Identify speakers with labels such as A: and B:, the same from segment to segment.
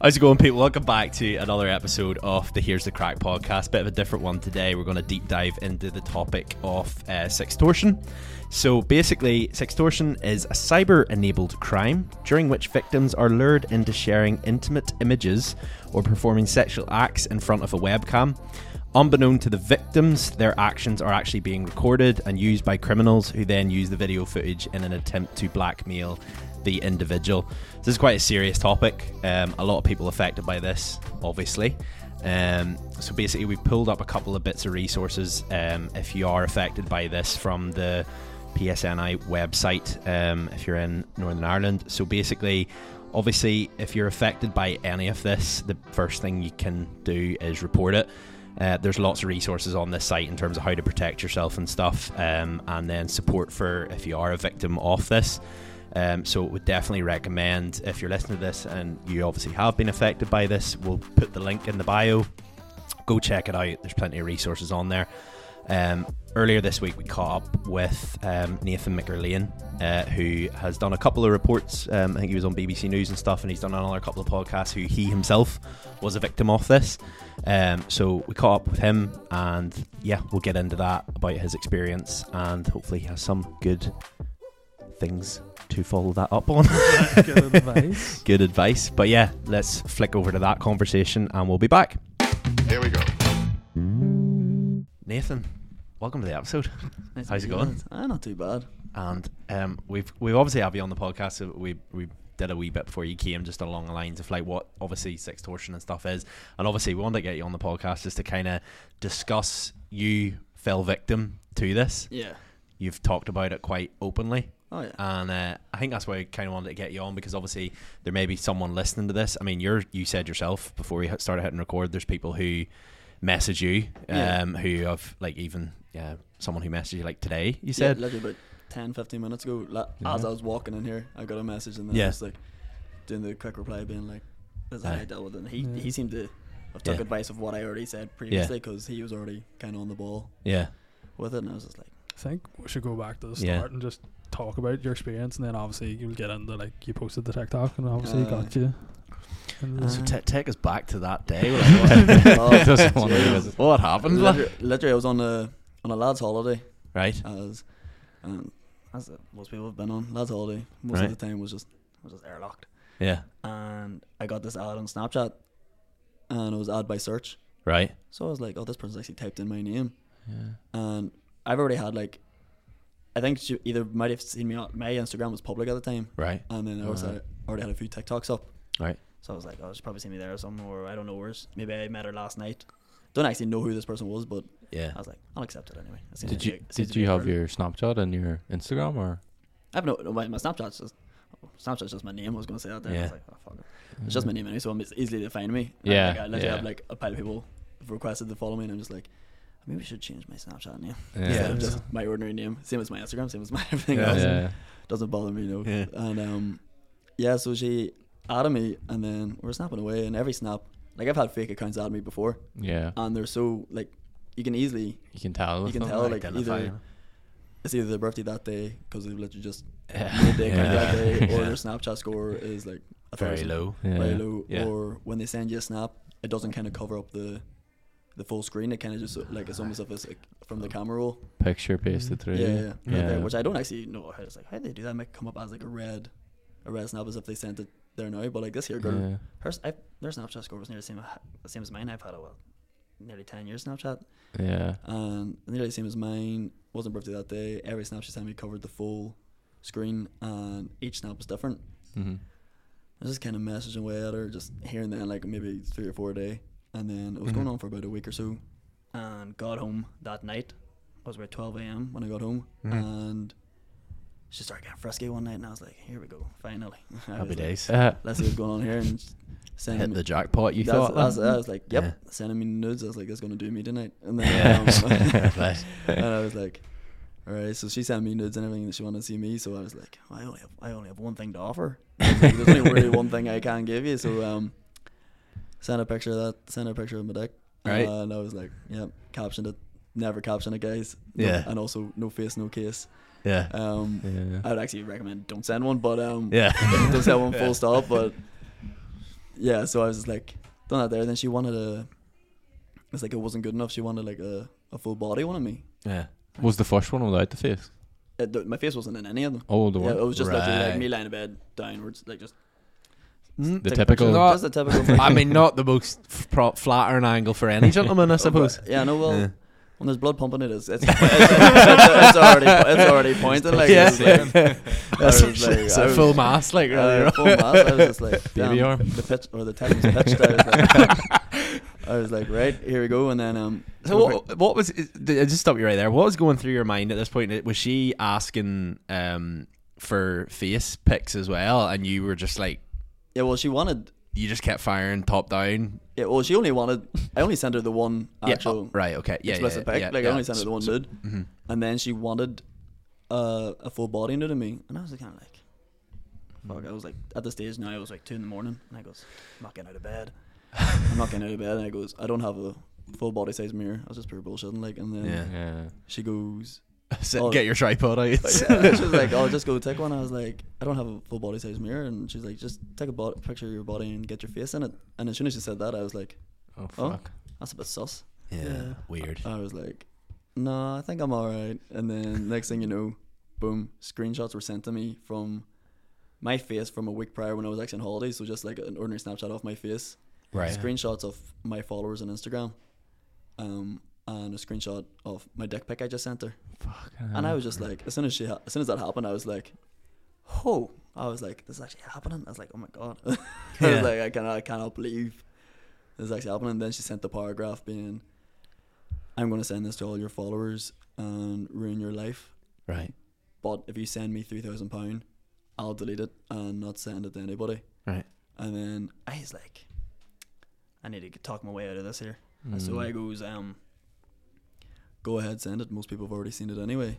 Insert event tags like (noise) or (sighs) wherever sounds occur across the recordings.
A: How's it going, people? Welcome back to another episode of the Here's the Crack podcast. Bit of a different one today. We're going to deep dive into the topic of uh, sextortion. So, basically, sextortion is a cyber enabled crime during which victims are lured into sharing intimate images or performing sexual acts in front of a webcam. Unbeknown to the victims, their actions are actually being recorded and used by criminals who then use the video footage in an attempt to blackmail the individual. This is quite a serious topic. Um, a lot of people affected by this, obviously. Um, so basically, we've pulled up a couple of bits of resources um, if you are affected by this from the PSNI website um, if you're in Northern Ireland. So basically, obviously, if you're affected by any of this, the first thing you can do is report it. Uh, there's lots of resources on this site in terms of how to protect yourself and stuff, um, and then support for if you are a victim of this. Um, so, would definitely recommend if you're listening to this and you obviously have been affected by this. We'll put the link in the bio. Go check it out. There's plenty of resources on there. Um, earlier this week, we caught up with um, Nathan McErlean, uh, who has done a couple of reports. Um, I think he was on BBC News and stuff, and he's done another couple of podcasts. Who he himself was a victim of this. Um, so we caught up with him, and yeah, we'll get into that about his experience, and hopefully he has some good things to follow that up on.
B: Good advice.
A: good advice. But yeah, let's flick over to that conversation, and we'll be back.
C: Here we go.
A: Nathan, welcome to the episode. How's it going?
B: Ah, not too bad.
A: and um, we've we obviously have you on the podcast. So we we did a wee bit before you came, just along the lines of like what obviously sextortion and stuff is, and obviously we wanted to get you on the podcast just to kind of discuss you fell victim to this.
B: Yeah.
A: You've talked about it quite openly.
B: Oh yeah.
A: And uh, I think that's why I kind of wanted to get you on because obviously there may be someone listening to this. I mean, you're you said yourself before we hit- started hitting record. There's people who message you,
B: Yeah.
A: um, who have like even yeah, someone who messaged you like today. You
B: yeah,
A: said
B: literally about 10, 15 minutes ago, la- as I was walking in here, I got a message and then
A: Yeah. Uh,
B: I was like doing the quick reply, being like, "This is how
A: Aye.
B: I dealt with it." And he
D: Yeah.
B: he seemed to have took
A: Yeah.
B: advice of what I already said previously because he was already kind of on the ball
A: yeah,
B: with it, and I was just like,
D: I think we should go back to the
A: Yeah.
D: start and just talk about your experience, and then obviously you'll get into like you posted the TikTok, and obviously
B: Uh,
D: got you. into
B: Uh,
D: the-
A: So t- take us back to that day.
B: (laughs)
A: We're
B: Doesn't
A: like, (laughs) what,
B: wanna
A: Jeez.
B: revisit.
A: What happened? like?
B: literally, literally, I was on a on a lads' holiday
A: Right.
B: as um, as most people have been on lads' holiday. Most
A: Right.
B: of the time was just was just airlocked.
A: Yeah.
B: and I got this ad on Snapchat, and it was ad by search.
A: Right.
B: So I was like, oh, this person's actually typed in my name,
A: Yeah.
B: and I've already had like, I think she either might have seen me on my Instagram was public at the time,
A: Right.
B: and then I also
E: Uh-huh.
A: Alright.
B: already had a few TikToks up.
A: Right.
B: So I was like, oh, she's probably seen me there or something, or I don't know where's. Maybe I met her last night. Don't actually know who this person was, but
A: Yeah.
B: I was like, I'll accept it anyway. It seems
E: Did
B: to be-
E: you
B: it seems
E: did
B: to be
E: you
B: a
E: have
B: girl.
E: your Snapchat and your Instagram or?
B: I have no, no my, my Snapchat's just. Snapchat's just my name. I was gonna say that. There. I was
A: Yeah.
B: like, oh, fuck it. It's just my name anyway, so I'm- it's easily to find me. And,
E: Yeah,
B: Like, I literally
E: yeah.
B: have like a pile of people who've requested to follow me, and I'm just like, maybe I should change my Snapchat name.
A: Yeah.
B: Instead of just my ordinary name. Same as my Instagram, same as my (laughs) everything
A: Yeah.
E: Yeah.
B: else.
E: yeah.
B: Doesn't bother me, no.
A: Yeah.
B: And um, yeah, so she added me, and then we're snapping away, and every snap, like I've had fake accounts add me before,
E: Yeah.
B: and they're so, like, you can easily,
E: You can tell.
B: Uh, you
E: with
B: can
E: them.
B: tell, like,
A: Identify
B: either
A: them.
B: it's either their birthday that day, because they've literally just
A: Yeah.
B: made the account that day,
A: (laughs) Yeah.
B: or
A: Yeah.
B: their Snapchat score is like a
A: Very
B: thousand.
A: low.
E: Yeah.
B: very low,
A: Yeah.
B: or when they send you a snap, it doesn't kind of cover up the the full screen. It kind of just uh, like it's almost as if it's like from the camera roll.
E: Picture pasted through.
B: Mm-hmm. Yeah, yeah, yeah. Right there,
E: Yeah.
B: which I don't actually know. How, it's like how do they do that? It might come up as like a red, a red snap as if they sent it there now. But like this here girl,
E: Yeah.
B: her s- I, their Snapchat score was nearly the same the same as mine. I've had a well, nearly ten years Snapchat,
E: Yeah.
B: and nearly the same as mine. Wasn't birthday that day. Every snap she sent me covered the full screen, and each snap was different.
E: Mhm.
B: I was just kind of messaging away at her, just here and there, like maybe three or four a day. And then it was going
A: Mhm.
B: on for about a week or so. And got home that night. It was about 12 a.m. when I got home.
A: Mhm.
B: And she started getting frisky one night. And I was like, here we go, finally. (laughs) I was
A: Happy
B: like,
A: days.
E: Uh,
B: Let's see what's going on here.
A: (laughs)
B: And s- sending
A: Hit
B: me-
A: the jackpot. You
B: Um, that's,
A: thought.
B: that's,
A: that?
B: I was like, yep,
A: Yeah.
B: sending me nudes. I was like, that's going to do me tonight. And
A: Yeah. (laughs)
B: then um,
A: Right.
B: (laughs) and I was like, all right. So she sent me nudes and everything that she wanted to see me. So I was like, I only have, I only have one thing to offer. I was like, There's only really one thing I can give you. So um, sent a picture of that. Sent a picture of my dick.
A: Right.
B: Uh, and I was like, yep, captioned it. Never caption it, guys. No-
A: Yeah.
B: and also, no face, no case.
A: Yeah.
B: Um,
E: yeah.
B: I would actually recommend (laughs) don't send one, but um,
A: (laughs) Yeah.
B: don't send one
A: Yeah.
B: full stop. But yeah, so I was just like done that there. Then she wanted a. It's like it wasn't good enough. She wanted like a, a full body one of me.
A: Yeah.
E: Was the first one without the face?
B: It, th- my face wasn't in any of them.
E: Oh, the
B: yeah,
E: one.
B: it was just literally like
A: Right.
B: me lying in bed downwards, like just
E: The
B: take a picture.
E: typical-
A: Not-
B: Just a (laughs) typical. thing.
A: I mean, not the most f- pro- flattering angle for any
B: (laughs) Oh,
A: gentleman, I suppose.
B: Yeah, no, well,
A: Yeah.
B: when there's blood pumping,
A: (laughs)
B: it is. It's, it's, it's, it's already it's already pointed like.
A: yeah, (laughs)
B: It's like
A: that's
B: I was
A: (laughs)
B: like-
A: it's
B: I
A: a
B: was-
A: full mass, like really.
B: uh, full mass, I was just like,
E: Baby
B: damn,
E: arm.
B: the pitch or the Titans pitched. I was like,
A: (laughs)
B: I was like, right here we go, and then um.
A: (laughs) So what, what was is- d- just stop you right there? What was going through your mind at this point? Was she asking um, for face pics as well, and you were just like
B: Yeah, well, she wanted.
A: you just kept firing top down?
B: Yeah, well, she only wanted. I only sent her the one actual
A: yeah, oh, right, okay, yeah, yeah,
B: explicit pic.
A: yeah,
B: like
A: yeah. mm-hmm.
B: I only sent her the one
A: So-
B: nude, and then she wanted uh, a full body nude of me, and I was kind of like, fuck. I was like at the stage now. It was like two in the morning, and I goes, I'm not getting out of bed. I'm not getting out of bed, and I goes, I don't have a full body size mirror. I was just pure bullshitting, like, and then
A: Yeah.
E: yeah.
A: (laughs)
B: she goes. (laughs)
A: so
B: Oh.
A: Get your tripod out. (laughs)
B: Yeah, she was like, "Oh, just go take one." I was like, "I don't have a full body size mirror," and she's like, "Just take a bod- picture of your body and get your face in it." And as soon as she said that, I was like,
E: Oh
B: Oh.
E: fuck.
B: "That's a bit sus."
A: yeah, Oh, weird.
B: I was like, "No, I think I'm all right." And then next thing you know, boom, screenshots were sent to me from my face from a week prior when I was actually on holiday. So just like an ordinary snapshot of my face,
A: Right.
B: screenshots of my followers on Instagram, um, and a screenshot of my dick pic I just sent her.
E: Fucking
B: And I
E: hell.
B: was just like, as soon as she, ha- as soon as that happened, I was like, oh, I was like, this is actually happening. I was like, oh my god, (laughs) I
A: Yeah.
B: was like, I cannot, I cannot believe this is actually happening. then she sent the paragraph being, I'm going to send this to all your followers and ruin your life.
A: Right.
B: But if you send me three thousand pound, I'll delete it and not send it to anybody.
A: Right.
B: And then I was like, I need to talk my way out of this here.
E: Mm.
B: So I goes, um, go ahead, send it. Most people have already seen it anyway.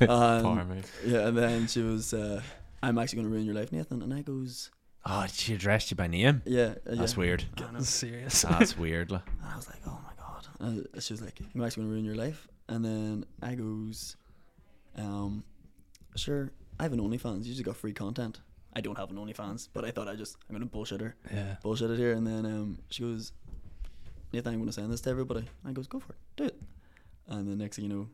E: Power
B: um,
E: move.
B: yeah, and then she was, uh, I'm actually going to ruin your life, Nathan. And I goes,
A: Oh, she addressed you by name.
B: yeah, uh, yeah.
A: That's weird.
B: And I,
D: That's serious. (laughs)
A: That's
B: (laughs)
A: weird. like.
B: and I was like, oh my god. And I- she was like, I'm actually going to ruin your life. And then I goes, um, sure, I have an OnlyFans. You just got free content. I don't have an OnlyFans, but I thought I just I'm going to bullshit her,
D: yeah.
B: bullshit it here. And then um, she goes, Nathan, I'm going to send this to everybody. And I goes, go for it, do it. And the next thing you know,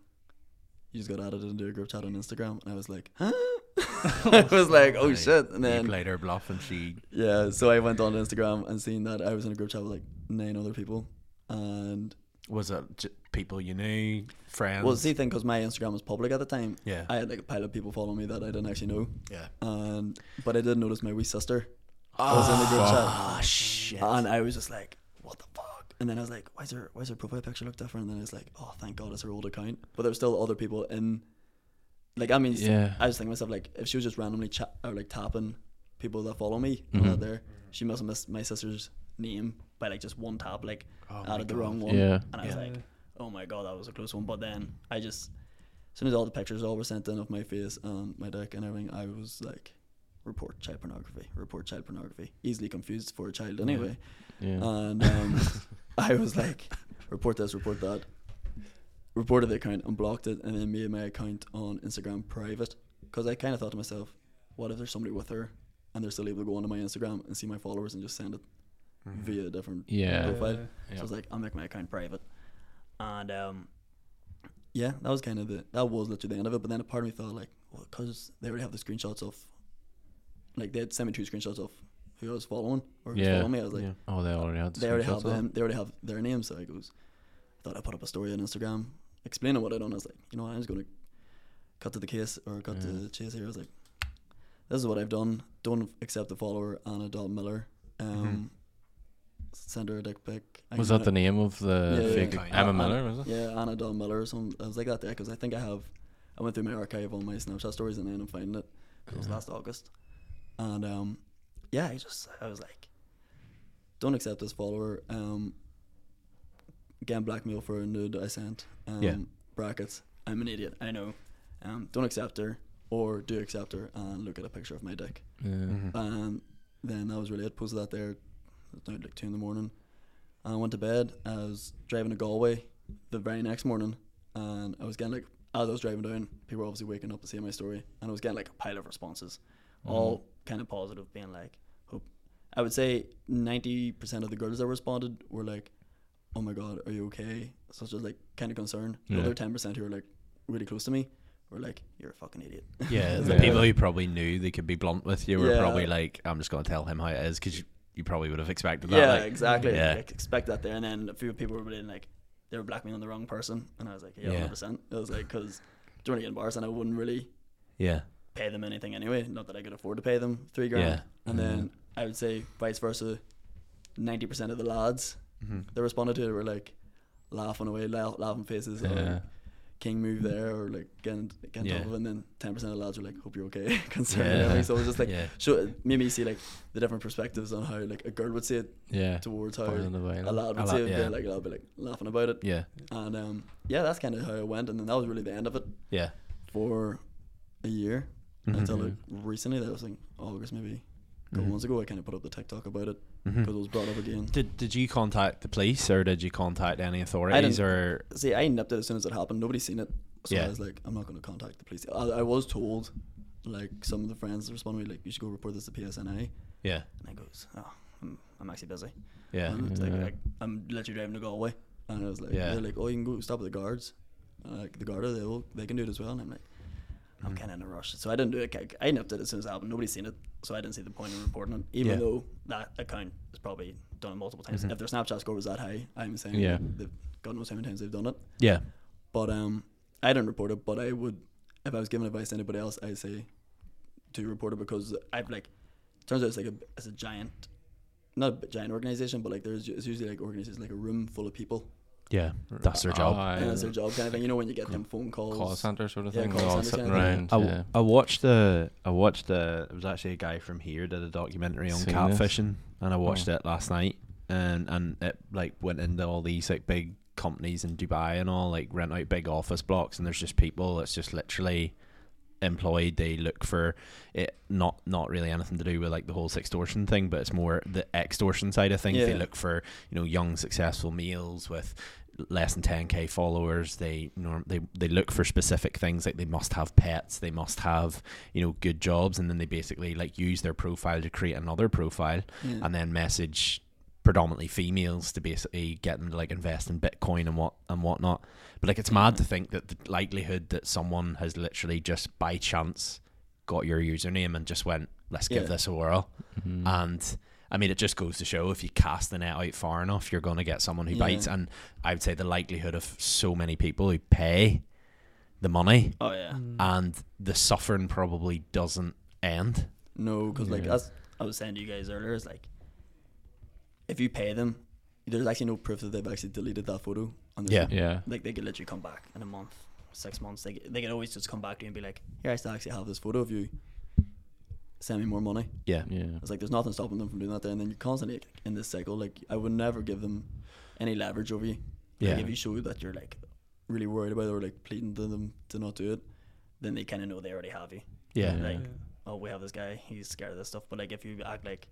B: you just got added into a group chat on Instagram, and I was like, huh? (laughs) I (laughs) was like, oh
A: Right.
B: shit. And
A: you
B: then
A: played her bluff, and she
B: yeah, so I went on Instagram and seen that I was in a group chat with like nine other people, and
A: was it j- people you knew, friends.
B: well, it's the thing because my Instagram was public at the time.
A: Yeah.
B: I had like a pile of people following me that I didn't actually know,
A: yeah.
B: and but I did notice my wee sister was in the group
A: Oh
B: chat,
A: Ah, shit.
B: and I was just like, what the fuck? And then I was like, why's her why's her profile picture look different? And then I was like, oh, thank God, it's her old account. But there were still other people in, like I mean,
E: Yeah.
B: I was thinking to myself like if she was just randomly chat or like tapping people that follow me
A: Mm-hmm.
E: Mhm.
B: out there, she must have missed my sister's name by like just one tap, like
A: Oh my
B: added the
A: God.
B: wrong one.
E: Yeah.
B: And I was
D: Yeah.
B: like, oh my god, that was a close one. But then I just, as soon as all the pictures all were sent in of my face and my dick and everything, I was like, report child pornography, report child pornography. Easily confused for a child anyway.
E: Yeah.
B: And um, (laughs) I was like, report this, report that. Reported the account and blocked it, and then made my account on Instagram private. Because I kind of thought to myself, what if there's somebody with her and they're still able to go onto my Instagram and see my followers and just send it via a different
E: Yeah.
B: profile?
E: Yeah.
B: So I was like, I'll make my account private. And um, yeah, that was kind of the that was literally the end of it. But then a part of me thought like, well, because they already have the screenshots of, like they had sent me two screenshots of who I was following or who was
E: Yeah.
B: following me. I was like,
E: yeah. Oh, they already had.
B: they already have
E: screenshots of
B: them. They already have their names. So I goes, I thought I put up a story on Instagram explaining what I done. I was like, you know what, I'm just gonna cut to the case or cut to
E: Yeah.
B: the chase here. I was like, this is what I've done. Don't accept the follower Anna Dot Miller. Um, Send her a dick pic. I
E: it. Mm-hmm. Was
B: can-
E: that the name of the
B: Yeah, yeah,
E: fake
A: yeah.
E: Emma
B: Uh,
E: Miller? Was it?
B: Yeah, Anna Don Miller or something. I was like that there because I think I have. I went through my archive on my Snapchat stories and then I'm finding it. It was last August, and um, yeah, I just I was like, don't accept this follower. Um, again, blackmail for a nude I sent. Um,
A: Yeah.
B: Brackets. I'm an idiot. I know. Um, don't accept her, or do accept her and look at a picture of my dick.
E: Yeah.
B: Mm-hmm. And Um, then that was really it. Posted that there. It was now like two in the morning. And I went to bed. I was driving to Galway the very next morning, and I was getting like as I was driving down, people were obviously waking up to see my story, and I was getting like a pile of responses, all kind of positive, being like, "Hope I would say ninety percent of the girls that responded were like, "Oh my god, are you okay?" So just like kind of concerned. The
E: Yeah.
B: other ten percent who were like really close to me were like, "You're a fucking idiot." (laughs)
A: Yeah, the
E: Yeah.
A: people who probably knew they could be blunt with you were
B: Yeah.
A: probably like, "I'm just going to tell him how it is," because you, you probably would have expected that.
B: yeah,
A: like,
B: exactly.
A: yeah.
B: Like, expect that there, and then a few people were in like they were blackmailing the wrong person, and I was like, "Yeah,
A: Yeah.
B: hundred percent." I was like, "Cause do you want to get embarrassed?" And I wouldn't really
A: yeah,
B: pay them anything anyway. Not that I could afford to pay them three grand.
A: Yeah. Mm-hmm.
B: And
E: Mhm.
B: then I would say vice versa. Ninety percent of the lads
A: Mhm.
B: that responded to it were like laughing away, la- laughing faces, or
E: Yeah.
B: like, king move there, or like getting getting
A: Yeah.
B: top of it. And then ten percent of the lads were like, "Hope you're okay," (laughs) concerned.
A: Yeah.
B: and everything. So it was just like,
A: yeah,
B: so it made me see like the different perspectives on how like a girl would see it
E: Yeah.
B: towards how
E: Burning the
B: a
E: vinyl.
B: lad
A: A
B: would
A: lot,
B: see it,
A: yeah.
B: yeah. like I'll be like laughing about it.
A: yeah,
B: And um, yeah, that's kind of how it went. And then that was really the end of it
A: yeah.
B: for a year
A: Mm-hmm.
B: until
E: Mhm.
B: like recently. That was like August maybe. A couple
A: Mhm.
B: months ago, I kind of put up the TikTok about it
A: Mhm.
B: because it was brought up again.
A: Did Did you contact the police or did you contact any authorities or?
B: See, I nipped it as soon as it happened. Nobody's seen it, so
A: Yeah.
B: I was like, I'm not going to contact the police. I, I was told, like some of the friends responded to me, like you should go report this to PSNA.
A: Yeah,
B: And I goes, oh, I'm, I'm actually busy.
A: yeah,
B: And it's like,
E: Yeah.
B: like, I'm literally driving to Galway. And I was like,
A: Yeah.
B: they're like, oh, you can go stop at the guards. And, like the guarder, they will, they can do it as well. And I'm like, I'm
A: Mm-hmm.
B: kind of in a rush, so I didn't do it. Like, I nipped it as soon as it happened. Nobody's seen it, so I didn't see the point in reporting it. Even
A: Yeah.
B: though that account is probably done it multiple times.
A: Mhm.
B: If their Snapchat score was that high, I'm saying
E: Yeah.
B: they've God knows how many times they've done it.
A: yeah,
B: But um, I didn't report it. But I would, if I was giving advice to anybody else, I say to report it because I've like, turns out it's like a it's a giant, not a b- giant organization, but like there's it's usually like organizations like a room full of people
A: yeah. That's their job.
E: Ah,
B: and
E: yeah.
B: that's their job kind of thing. You know when you get them phone calls.
E: Call center sort of
B: Yeah,
E: thing.
B: call
E: They're all
B: center
E: sitting
B: kind of
E: around.
B: thing.
A: I,
E: Yeah.
A: I watched the I watched the it was actually a guy from here did a documentary on
E: Seen this?
A: catfishing and I watched
E: Oh.
A: it last night and and it like went into all these like big companies in Dubai and all like rent out big office blocks and there's just people that's just literally employed they look for it not not really anything to do with like the whole sextortion thing but it's more the extortion side of things they
B: Yeah.
A: look for you know young successful males with less than 10k followers they norm they they look for specific things like they must have pets they must have you know good jobs and then they basically like use their profile to create another profile
B: Yeah.
A: and then message predominantly females to basically get them to like invest in bitcoin and what and whatnot but like it's mad to think that the likelihood that someone has literally just by chance got your username and just went let's give
B: Yeah.
A: this a whirl
E: Mhm.
A: and I mean, it just goes to show if you cast the net out far enough, you're going to get someone who
B: Yeah.
A: bites. And I would say the likelihood of so many people who pay the money
B: oh yeah.
D: Mm.
A: and the suffering probably doesn't end.
B: No, because like
E: Yeah.
B: that's I was saying to you guys earlier is like, if you pay them, there's actually no proof that they've actually deleted that photo. And there's
A: Yeah.
E: Yeah.
B: like they could literally come back in a month, six months. They could- they could always just come back to you and be like, "Here, I still actually have this photo of you. Send me more money."
A: Yeah.
E: Yeah.
B: It's like there's nothing stopping them from doing that. There and then you're constantly like, in this cycle. Like I would never give them any leverage over you.
A: Yeah.
B: Like if you show that you're like really worried about it or like pleading to them to not do it, then they kind of know they already have you.
A: Yeah.
D: uh,
E: Yeah.
B: Like, oh, we have this guy. He's scared of this stuff. But like if you act like,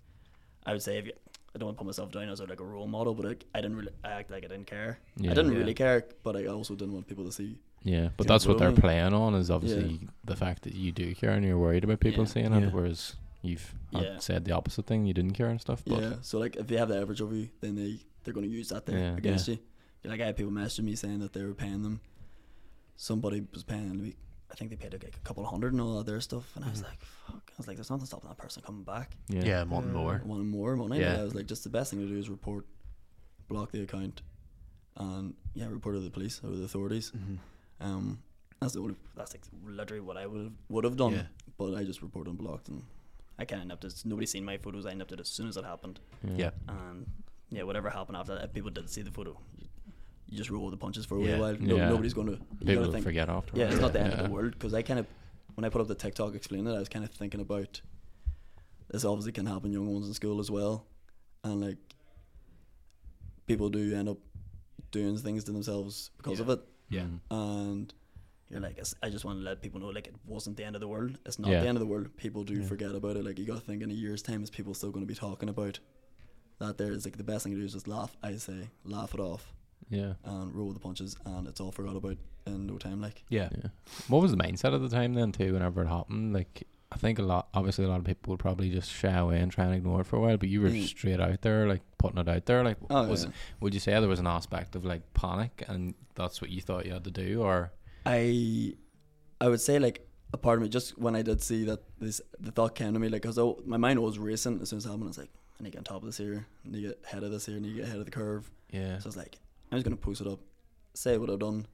B: I would say if you. I don't want to put myself down as like a role model, but like, I didn't really I act like I didn't care.
E: Yeah.
B: I didn't
A: Yeah.
B: really care, but I also didn't want people to see
E: Yeah, but
B: Yeah,
E: that's what they're
B: absolutely.
E: playing on is obviously the fact that you do care and you're worried about people
B: Yeah.
E: seeing it,
A: Yeah.
E: whereas you've had
B: Yeah.
E: said the opposite thing, you didn't care and stuff. But
B: Yeah. So like, if they have the average over you, then they they're gonna use that thing
E: Yeah.
B: against you. you. Like I had people messaging me saying that they were paying them. Somebody was paying me. I think they paid like a couple of hundred and all that their stuff, and I was
E: Mm-hmm.
A: Mhm.
B: like, "Fuck!" I was like, "There's nothing stopping that person coming back.
E: yeah,
A: Yeah. Wanting more.
B: I want more money."
A: Yeah.
B: But I was like, "Just the best thing to do is report, block the account, and yeah, report it to the police or the authorities." Um, that's the only, that's like literally what I would would have done,
A: Yeah.
B: but I just reported and blocked, and I kind of nipped it. Nobody seen my photos. I nipped it as soon as it happened
A: Yeah.
B: and yeah, whatever happened after that, if people didn't see the photo, you, you just roll with the punches for a wee
A: Yeah.
B: while. No,
E: Yeah.
B: Nobody's going to. You
E: people
B: gotta
E: will
B: think.
E: forget afterwards.
B: Yeah, it's not the end of
E: Yeah.
B: the world because I kind of, when I put up the TikTok explaining it, I was kind of thinking about this obviously can happen young ones in school as well, and like people do end up doing things to themselves because of
A: Yeah.
B: it,
A: Yeah.
E: Mhm.
B: and you're like, "It's- I just want to let people know like it wasn't the end of the world. It's not
E: Yeah.
B: the end of the world. People do
A: Yeah.
B: forget about it. Like you got to think in a year's time, is people still going to be talking about that? There is like the best thing to do is just laugh. I say laugh it off
E: Yeah.
B: and roll with the punches, and it's all forgot about in no time. Like
A: Yeah.
E: Yeah. What was the mindset at the time then too? Whenever it happened, like I think a lot, obviously, a lot of people would probably just shy away and try and ignore it for a while. But you were
B: Mm.
E: straight out there, like putting it out there. Like,
B: Oh,
E: was
B: yeah.
E: would you say there was an aspect of like panic, and that's what you thought you had to do, or
B: I I would say like a part of me just when I did see that this the thought came to me like because my mind was racing as soon as it happened. I was like, I need to get on top of this here, I need to get ahead of this here, I need to get ahead of the curve.
E: yeah,
B: So I was like, I'm just gonna post it up, say what I've done.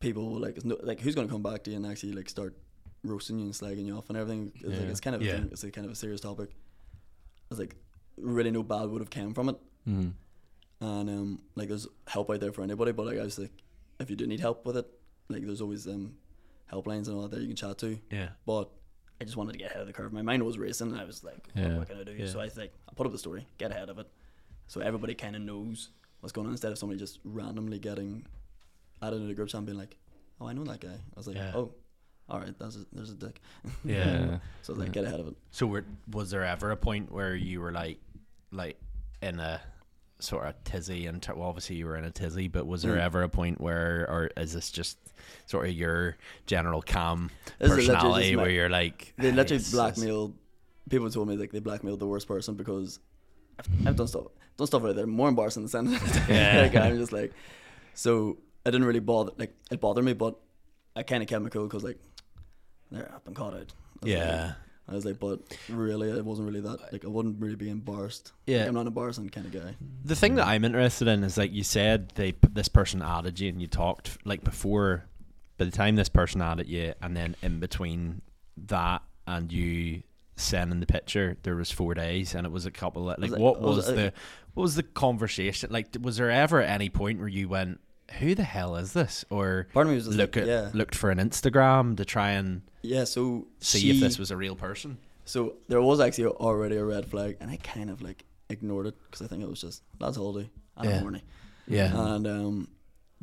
B: People will, like it's no, like who's gonna come back to you and actually like start roasting you and slagging you off and everything. It's, like,
E: Yeah.
B: it's kind of a
A: Yeah.
B: thing, it's a kind of a serious topic. I was like, really no bad would have came from it,
E: mm.
B: and um like there's help out there for anybody. But like I was like, if you do need help with it, like there's always um helplines and all that there you can chat to.
A: Yeah.
B: But I just wanted to get ahead of the curve. My mind was racing, and I was like, what,
E: Yeah,
B: what can I do?
E: yeah.
B: So I was like, I put up the story, get ahead of it, so everybody kind of knows what's going on instead of somebody just randomly getting added into the group chat and being like, oh, I know that guy. I was like,
A: Yeah.
B: oh, all right, that's a, there's a dick. (laughs)
A: Yeah.
B: So I was like,
E: Yeah.
B: get ahead of it.
A: So, were, was there ever a point where you were like, like in a sort of tizzy? And t- well, obviously you were in a tizzy, but was there
B: Mm.
A: ever a point where, or is this just sort of your general calm
B: This is literally
A: personality
B: just my-
A: where you're like
B: They
A: "Ah,
B: literally
A: yes, yes."
B: blackmailed. People told me like they blackmailed the worst person because I've, I've done stuff, done stuff out there more embarrassing than sending. (laughs)
A: Yeah.
B: like I'm just like, so I didn't really bother. Like it bothered me, but I kind of kept my cool because like, there I've been caught out. I was
A: Yeah.
B: like- I was like, but really, it wasn't really that. Like I wouldn't really be embarrassed. Like,
A: Yeah.
B: I'm not an embarrassing kind of guy.
A: The thing that I'm interested in is like you said, they this person added you and you talked like before. By the time this person added you, and then in between that and you sending the picture, there was four days, and it was a couple. Of, like,
B: Was it-
A: what was,
B: was it-
A: the what was the conversation? Like, was there ever any point where you went, "Who the hell is this?" Or
B: Part of me was just
A: look
B: like,
A: at
B: yeah,
A: looked for an Instagram to try and
B: yeah. So
A: see
B: she-
A: if this was a real person.
B: So there was actually already a red flag, and I kind of like ignored it because I think it was just lads holiday. I'm
A: Yeah.
B: horny.
A: Yeah,
B: And um,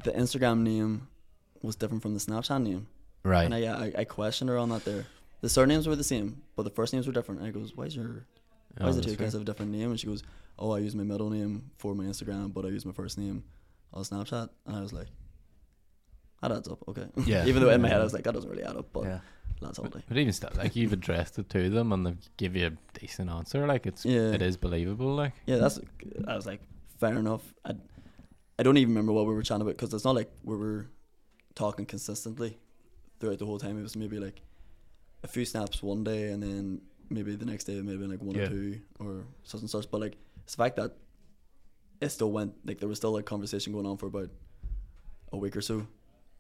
B: the Instagram name was different from the Snapchat name.
A: right.
B: And I, I, I questioned her on that there. The surnames were the same, but the first names were different. And I goes, why is your, why
A: Oh,
B: is the two guys have a different name? And she goes, oh, I use my middle name for my Instagram, but I use my first name on Snapchat. And I was like, that adds up, okay.
A: Yeah.
B: (laughs) Even though in my head I was like, that doesn't really add up, but
A: yeah.
B: that's all
E: But,
B: day.
E: but even still, like you've addressed it to them, and they give you a decent answer. Like it's
B: Yeah.
E: it is believable. Like
B: Yeah, that's. I was like, fair enough. I, I don't even remember what we were chatting about because it's not like we were talking consistently throughout the whole time. It was maybe like a few snaps one day, and then maybe the next day it may have been like one
A: Yeah.
B: or two or such and such. But like it's the fact that it still went like there was still like conversation going on for about a week or so.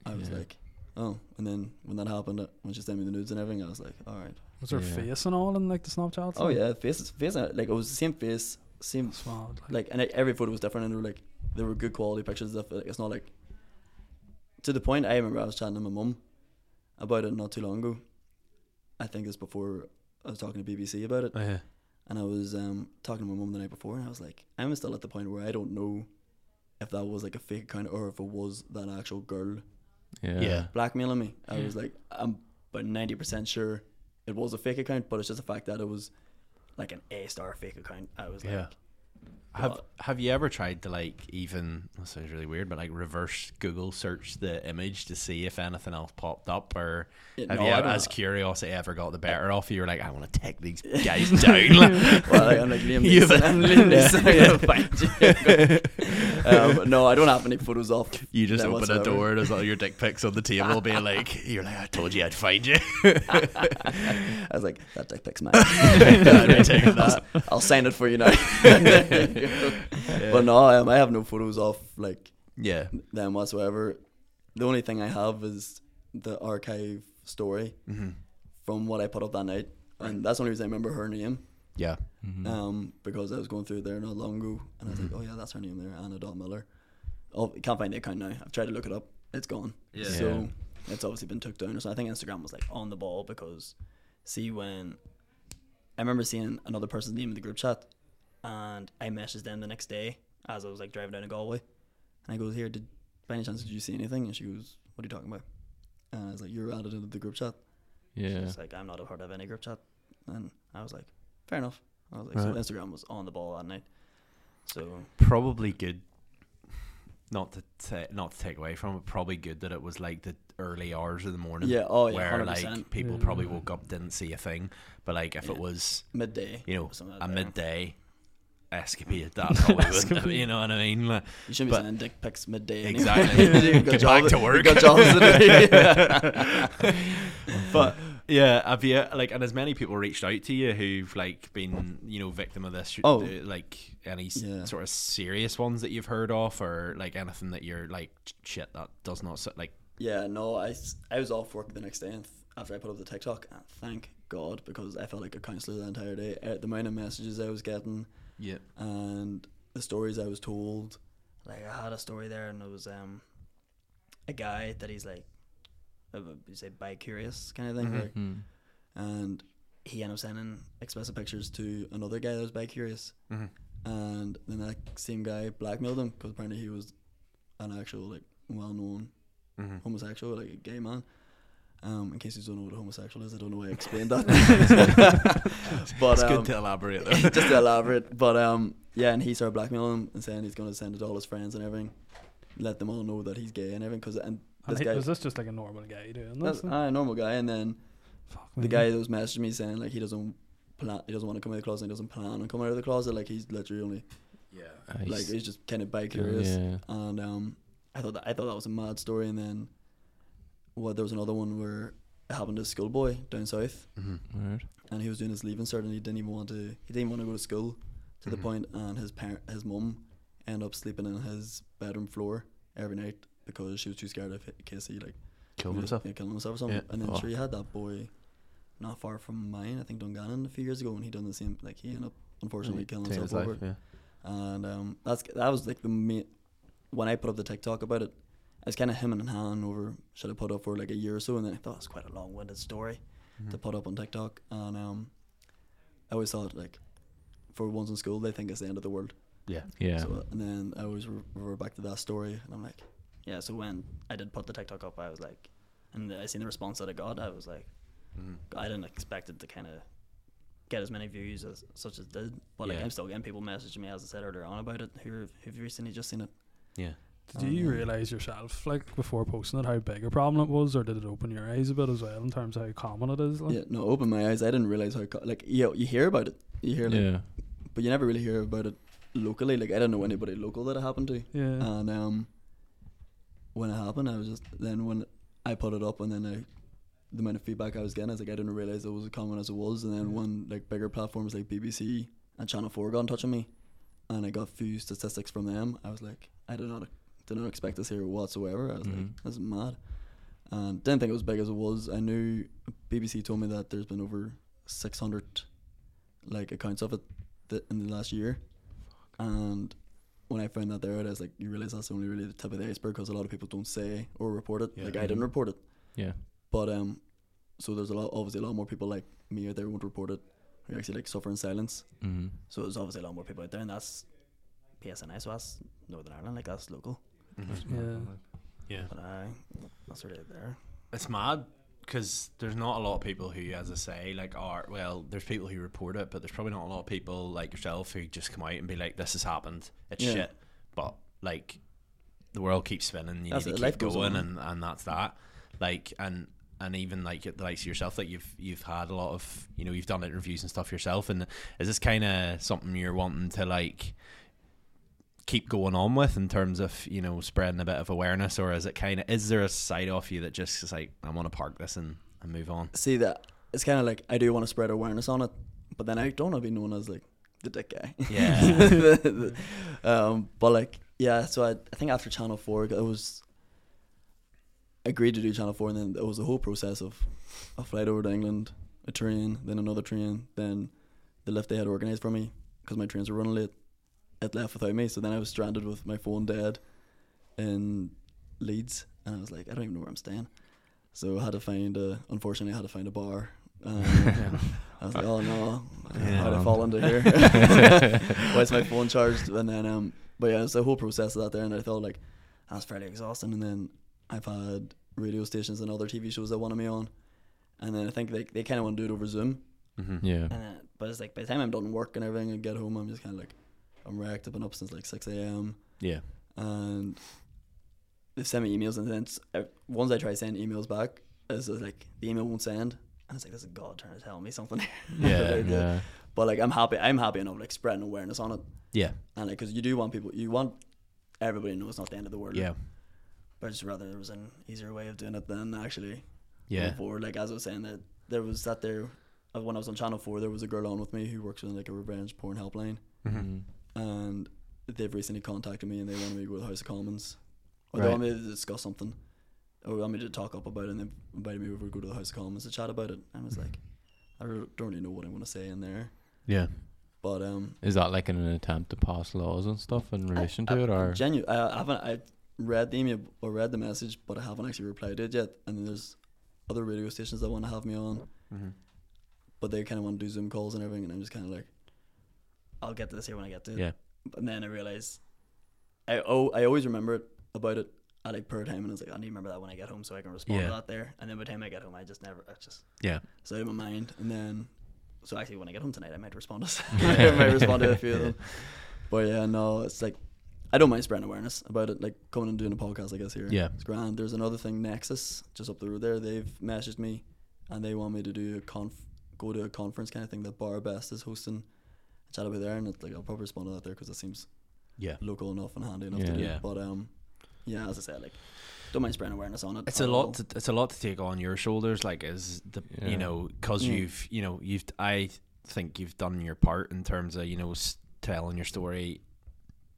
B: I was
E: Yeah.
B: like, oh, and then when that happened, uh, when she sent me the nudes and everything, I was like, all right,
D: Was her
E: Yeah.
D: face and all in like the Snapchat?
B: oh yeah, face, face, uh, like it was the same face, same
D: It's wild, like,
B: like and like, every photo was different and they were like they were good quality pictures and stuff like, it's not like to the point I remember I was chatting to my mum about it not too long ago I think it's before I was talking to BBC about
E: Oh,
B: it
A: Yeah.
B: and I was um, talking to my mum the night before and I was like I'm still at the point where I don't know if that was like a fake account or if it was that actual girl
E: yeah,
A: Yeah.
B: blackmailing me I
E: Yeah.
B: was like I'm about 90% sure it was a fake account but it's just the fact that it was like an A star fake account I was like
A: Yeah. Have
B: Well-
A: Have you ever tried to like even that sounds really weird, but like reverse Google search the image to see if anything else popped up, or
B: Yeah,
A: have
B: no,
A: you
B: I
A: ever,
B: don't-
A: as curiosity ever got the better off you? You're like, I want to take
B: (laughs)
A: these guys down. (laughs)
B: well, like, I'm like Liam
A: You've-
B: Neeson. I'm
A: (laughs)
B: Liam
A: Yeah.
B: Neeson. I'm (laughs) gonna find you. (laughs) um, no, I don't have any photos of.
A: you just
B: them
A: open a
B: whatsoever.
A: door (laughs) and there's all your dick pics on the table, being like, you're like, I told you I'd find you.
B: (laughs)
A: (laughs)
B: I was like, that dick pic's mine.
A: I'd
B: (laughs)
A: be taking
B: I'll,
A: that.
B: I'll sign it
A: (laughs)
B: for you now. (laughs) But no, um, I have no photos of like
A: Yeah,
B: them whatsoever. The only thing I have is the archive story
A: Mm-hmm.
B: from what I put up that night, and that's the only reason I remember her name.
A: yeah,
E: Mm-hmm.
B: um, because I was going through there not long ago, and I was like, oh yeah, that's her name there, Anna Dot Miller. Oh, can't find the account now. I've tried to look it up. It's gone.
A: Yeah.
B: So it's obviously been took down. So I think Instagram was like on the ball because see when I remember seeing another person's name in the group chat, and I messaged them the next day as I was like driving down to Galway, and I goes here, did by any chance did you see anything? And she goes, what are you talking about? And I was like, you're added into the group chat.
E: yeah.
B: It's like I'm not a part of any group chat, and I was like, fair enough. I was like, so Instagram was on the ball that night. So
A: probably good. not to ta not to take away from it, probably good that it was like the early hours of the morning.
B: Yeah, oh, yeah,
A: where like
B: 100%.
A: people
D: Yeah.
A: probably woke up didn't see a thing, but like if it
B: Yeah.
A: was
B: midday.
A: you know
B: something
A: a
B: like that.
A: midday escapade, (laughs) that probably wouldn't. You know what I mean? Like,
B: You shouldn't be
A: but-
B: sending dick pics midday. anyway.
A: (laughs)
B: (laughs)
A: Exactly.
B: You've got
A: Get
B: job-
A: back to
B: you've
A: work.
B: got jobs to
A: (laughs)
B: do.
A: but yeah, have you like and as many people reached out to you who've like been you know victim of this?
B: Oh.
A: uh, like any s
B: Yeah.
A: sort of serious ones that you've heard of, or like anything that you're like shit that does not sit like
B: Yeah, no, I, s- I was off work the next day and th- after I put up the TikTok, and thank God because I felt like a counsellor the entire day. Uh, The amount of messages I was getting
A: yeah
B: and the stories I was told,
C: like I had a story there, and it was um a guy that he's like, uh, you say bi curious kind of thing,
A: Mhm.
C: like,
E: Mm.
B: and he ended up sending explicit pictures to another guy that was bi curious,
A: Mhm.
B: and then that same guy blackmailed him because apparently he was an actual like well known
A: Mhm.
B: homosexual, like a gay man. Um, in case you don't know what a homosexual is, I don't know why I explained
A: (laughs)
B: that. (laughs) but
A: it's
B: um,
A: good to elaborate. though.
B: (laughs) just to elaborate, but um, yeah, and he started blackmailing him and saying he's going to send it to all his friends and everything, let them all know that he's gay and everything. Cause and
D: And
B: this
D: he,
B: guy,
D: was this just like a normal guy doing
B: that's
D: this? then?
B: a normal guy, and then
D: Fuck
B: the
D: me.
B: guy that was messaging me saying like he doesn't plan, he doesn't want to come out of the closet, and he doesn't plan on coming out of the closet. Like he's literally only
A: (laughs) yeah.
E: I
B: like
E: s-
B: he's just kind of bi
E: yeah,
B: curious.
E: yeah.
B: And um, I thought that, I thought that was a mad story. And then, well, there was another one where it happened to a schoolboy down south,
A: Mhm.
E: Weird.
B: and he was doing his leaving cert, and he didn't even want to. He didn't even want to go to school, to the
E: Mm-hmm.
A: Mhm.
B: point And his parent, his mum, ended up sleeping in his bedroom floor every night because she was too scared of in case he like
A: Killed
B: yeah,
A: himself.
B: yeah, killing himself or something.
A: Yeah.
B: And then
E: Oh.
B: sure, you had that boy, not far from mine, I think Dungannon a few years ago, when he done the same. Like he ended up unfortunately killing
E: Taking his
B: himself
E: life,
B: over. it.
E: yeah.
B: And um, that's that was like the main when I put up the TikTok about it. I was kind of hemming and hawing over should I put up for like a year or so, and then I thought it's quite a long-winded story to put up on TikTok. And um, I always thought like, for once in school, they think it's the end of the world.
E: Yeah.
B: So, and then I always re- revert back to that story, and I'm like,
C: yeah. So when I did put the TikTok up, I was like, and I seen the response that I got, I was like,
E: Mm.
A: Mhm.
C: I didn't expect it to kind of get as many views as such as it did, but like
A: Yeah.
C: I'm still getting people messaging me as I said earlier on about it who have recently just seen it.
A: yeah.
D: Did you
B: Mm.
D: realize yourself, like before posting it, how big a problem it was, or did it open your eyes a bit as well in terms of how common it is? Like?
B: yeah, no, open my eyes. I didn't realize how co- like you know, you hear about it, you hear like,
E: yeah.
B: but you never really hear about it locally. Like I don't know anybody local that it happened to.
D: Yeah.
B: And um, when it happened, I was just then when I put it up, and then I, the amount of feedback I was getting, I was like, I didn't realize it was as common as it was. And then when like bigger platforms like BBC and Channel Four got in touch with me, and I got few statistics from them, I was like, I did not did not expect this here whatsoever. I was
E: Mhm.
B: like, this is mad. And didn't think it was big as it was. I knew BBC told me that there's been over 600 like accounts of it th- in the last year, and when I found that there, out, I was like, you realize that's only really the tip of the iceberg because a lot of people don't say or report it.
A: Yeah.
B: Like I didn't report it,
E: Yeah.
B: but um, so there's a lot, obviously a lot more people like me out there who won't report it, who actually like suffer in silence.
E: Mm-hmm.
C: So there's obviously a lot more people out there, and that's PSNI, so that's Northern Ireland, like that's local.
D: Yeah.
A: yeah.
C: But I, that's really it there.
A: it's mad because there's not a lot of people who, as I say, like are well. There's people who report it, but there's probably not a lot of people like yourself who just come out and be like, "This has happened. It's
B: Yeah.
A: shit." But like, the world keeps spinning. You
B: That's
A: need to
B: it,
A: keep
B: life goes
A: going,
B: on.
A: and and that's that. Like and. And even like the likes of yourself, like you've you've had a lot of you know you've done interviews and stuff yourself, and is this kind of something you're wanting to like keep going on with in terms of you know spreading a bit of awareness or is it kind of is there a side off you that just is like i want to park this and, and move
B: (laughs)
A: on
B: See that it's kind of like I do want to spread awareness on it, but then I don't want to be known as like the dick guy. (laughs)
A: yeah
B: um, but like yeah, so I, I think after Channel Four, it was agreed to do Channel Four, and then it was the whole process of a flight over to England, a train, then another train, then the lift they had organized for me because my trains were running late. It left without me, so then I was stranded with my phone dead in Leeds, and I was like, I don't even know where I'm staying. So I had to find a, unfortunately, I had to find a bar. Um, I was like, oh no, how'd I
E: Yeah.
B: fall into
E: (laughs)
B: here? Why is my phone charged? And then, um, but yeah, it's the whole process of that there, and I thought like that's fairly exhausting. And then I've had radio stations and other TV shows that wanted me on, and then I think they they kind of want to do it over Zoom.
A: Mhm.
E: Yeah.
B: And then, but it's like by the time I'm done work and everything and get home, I'm just kind of like I'm wrecked. I've been up since like six a.m.
E: Yeah.
B: and they've sent me emails and then s- uh, once I try to send emails back, it's just like the email won't send, and it's like this is God trying to tell me something. (laughs)
A: Yeah,
B: Like,
E: yeah.
B: But like I'm happy, I'm happy enough like spreading awareness on it,
A: Yeah.
B: and like because you do want people, you want everybody to know it's not the end of the world.
A: Yeah.
B: But I just rather there was an easier way of doing it than actually
A: Yeah.
B: going forward. Like as I was saying that there was that there uh, when I was on Channel Four, there was a girl on with me who works in like a revenge porn helpline,
E: Mm-hmm.
A: Mhm.
B: and they've recently contacted me and they wanted me to go to the House of Commons, or
A: Right.
B: they want me to discuss something, or they want me to talk up about it, and they invited me over to go to the House of Commons to chat about it. And I was like, I really don't really know what I'm gonna say in there,
A: Yeah.
B: but um,
E: Is that like in an attempt to pass laws and stuff in relation
B: I,
E: to it, or
B: Genu- I, I haven't I read the email or read the message, but I haven't actually replied to it yet. And then there's other radio stations that want to have me on,
A: Mm-hmm.
B: but they kind of want to do Zoom calls and everything, and I'm just kind of like,
C: I'll get to this here when I get to it.
A: Yeah.
B: and then I realize, I oh I always remember it about it at like prayer time, and I was like, I need to remember that when I get home so I can respond
A: Yeah.
B: to
C: Not there, and then by the time I get home, I just never. I just
A: Yeah.
B: that. So out of my mind, and then so actually when I get home tonight, I might
A: (laughs)
B: respond to (laughs) I might respond to a few of them. But yeah, no, it's like I don't mind spreading awareness about it, like coming and doing a podcast, I guess here.
A: Yeah.
B: It's grand. There's another thing, Nexus, just up the road there. They've messaged me and they want me to do a conf go to a conference kind of thing that Bar Best is hosting. Chat about there and it's like I'll probably respond to that there because it seems
A: Yeah.
B: local enough and handy enough
E: Yeah.
B: to do.
A: Yeah.
B: But um, yeah, as I said, like don't mind spreading awareness on it.
A: It's a
B: at all.
A: lot. To, it's a lot to take on your shoulders, like as the
E: Yeah.
A: you know, because
B: Oh. Yeah.
A: you've you know you've I think you've done your part in terms of you know s- telling your story,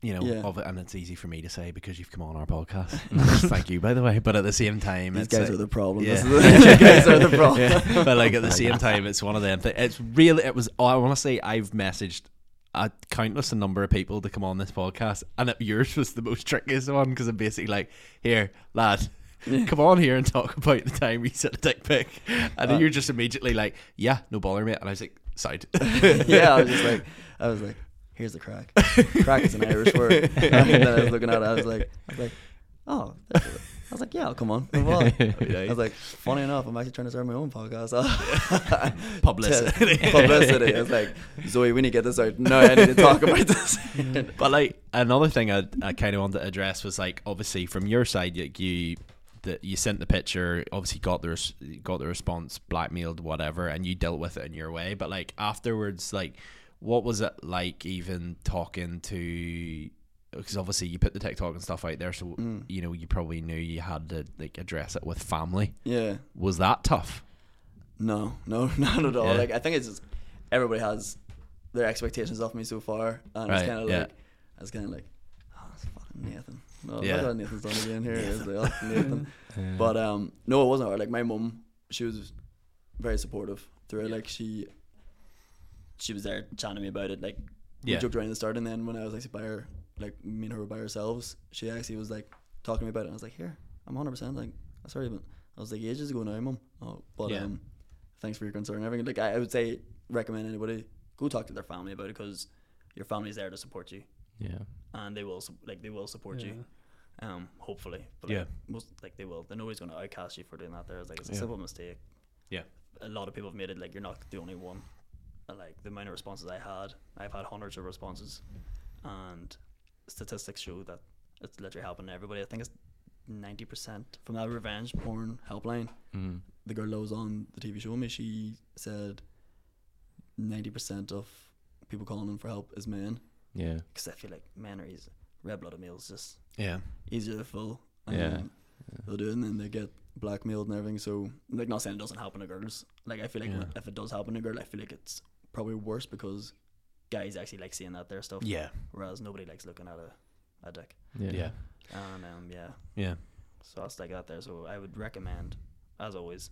A: you know,
B: Yeah.
A: of it, and it's easy for me to say because you've come on our podcast.
B: (laughs)
A: Thank you, by the way. But at the same time,
B: These
A: it's
B: guys
A: uh,
B: are the problem.
A: yeah.
B: This
A: (laughs)
B: (laughs) is the, you guys are the problem. (laughs) Oh
A: Yeah. But like at the same time, it's one of them. Th- it's really. It was. I want to say I've messaged a countless a number of people to come on this podcast, and it, yours was the most trickiest one because I'm basically like, here, lad. Come on here and talk about the time we sent a dick pic, and then
B: Uh,
A: you're just immediately like, "Yeah, no bother, mate." And I was like, "Side."
B: (laughs) yeah, I was just like, I was like, here's the crack. crack is an Irish word. And then I was looking at it, I was like, I was like, oh, I was like, yeah, I'll come on. Come on. I was like, funny enough, I'm actually trying to start my own podcast. (laughs)
A: Publicity.
B: Publicity. I was like, Zoe, we need to get this out. No, I need to talk about this.
A: (laughs)
B: (laughs)
A: but like another thing I, I kind of wanted to address was like obviously from your side like you that you sent the picture obviously got the res- got the response blackmailed whatever and you dealt with it in your way but like afterwards like what was it like even talking to because obviously you put the TikTok and stuff out there so
B: Mm.
A: you know you probably knew you had to like address it with family
B: Yeah.
A: was that tough
B: No, no, (laughs) not at all.
A: Yeah.
B: Like I think it's just everybody has their expectations of me so far, and it's
A: Right,
B: kind of
A: yeah.
B: like I was kind of like, oh, it's fucking Nathan. No,
A: Yeah.
B: yeah. look at Nathan's on again here.
A: (laughs)
B: It's like, oh, Nathan.
A: Mm.
E: Yeah.
B: But um, no, it wasn't hard. Like my mum, she was very supportive throughout. Like she, she was there chatting to me about it. Like
A: Yeah.
B: we joked around at the start, and then when I was actually by her, like me and her were by ourselves, she actually was like talking to me about it. And I was like, here, I'm 100 percent. Like I sorry, but I was like ages ago now, mum. Oh, but
A: Yeah.
B: um, thanks for your concern. and Everything. Like I, I would say, recommend anybody go talk to their family about it because your family's there to support you,
E: yeah,
C: and they will su- like they will support
D: Yeah.
C: you. Um, hopefully, but
A: Yeah.
C: like, most like they will. They're always going to outcast you for doing that. There, it's like it's a
A: Yeah.
C: simple mistake.
A: Yeah.
C: a lot of people have made it. Like you're not the only one. And, Like the amount of responses I had, I've had hundreds of responses, and statistics show that it's literally happening to everybody. I think it's ninety percent
B: from that revenge porn helpline.
E: mm.
B: the girl that was on the TV show with me, she said ninety percent of people calling in for help is men
E: yeah,
C: because I feel like men are easy. Red blooded males just
A: yeah
B: easier to fill.
E: Yeah.
C: um,
B: they'll do it, and then they get blackmailed and everything. So, like, not saying it doesn't happen to girls. Like, I feel like
A: Yeah.
B: if it does happen to a girl, I feel like it's probably worse because
C: guys actually like seeing that their stuff.
A: yeah
C: Whereas nobody likes looking at a, a dick.
E: yeah,
A: yeah
C: And um, yeah,
A: yeah
C: so that's like that there. So I would recommend, as always,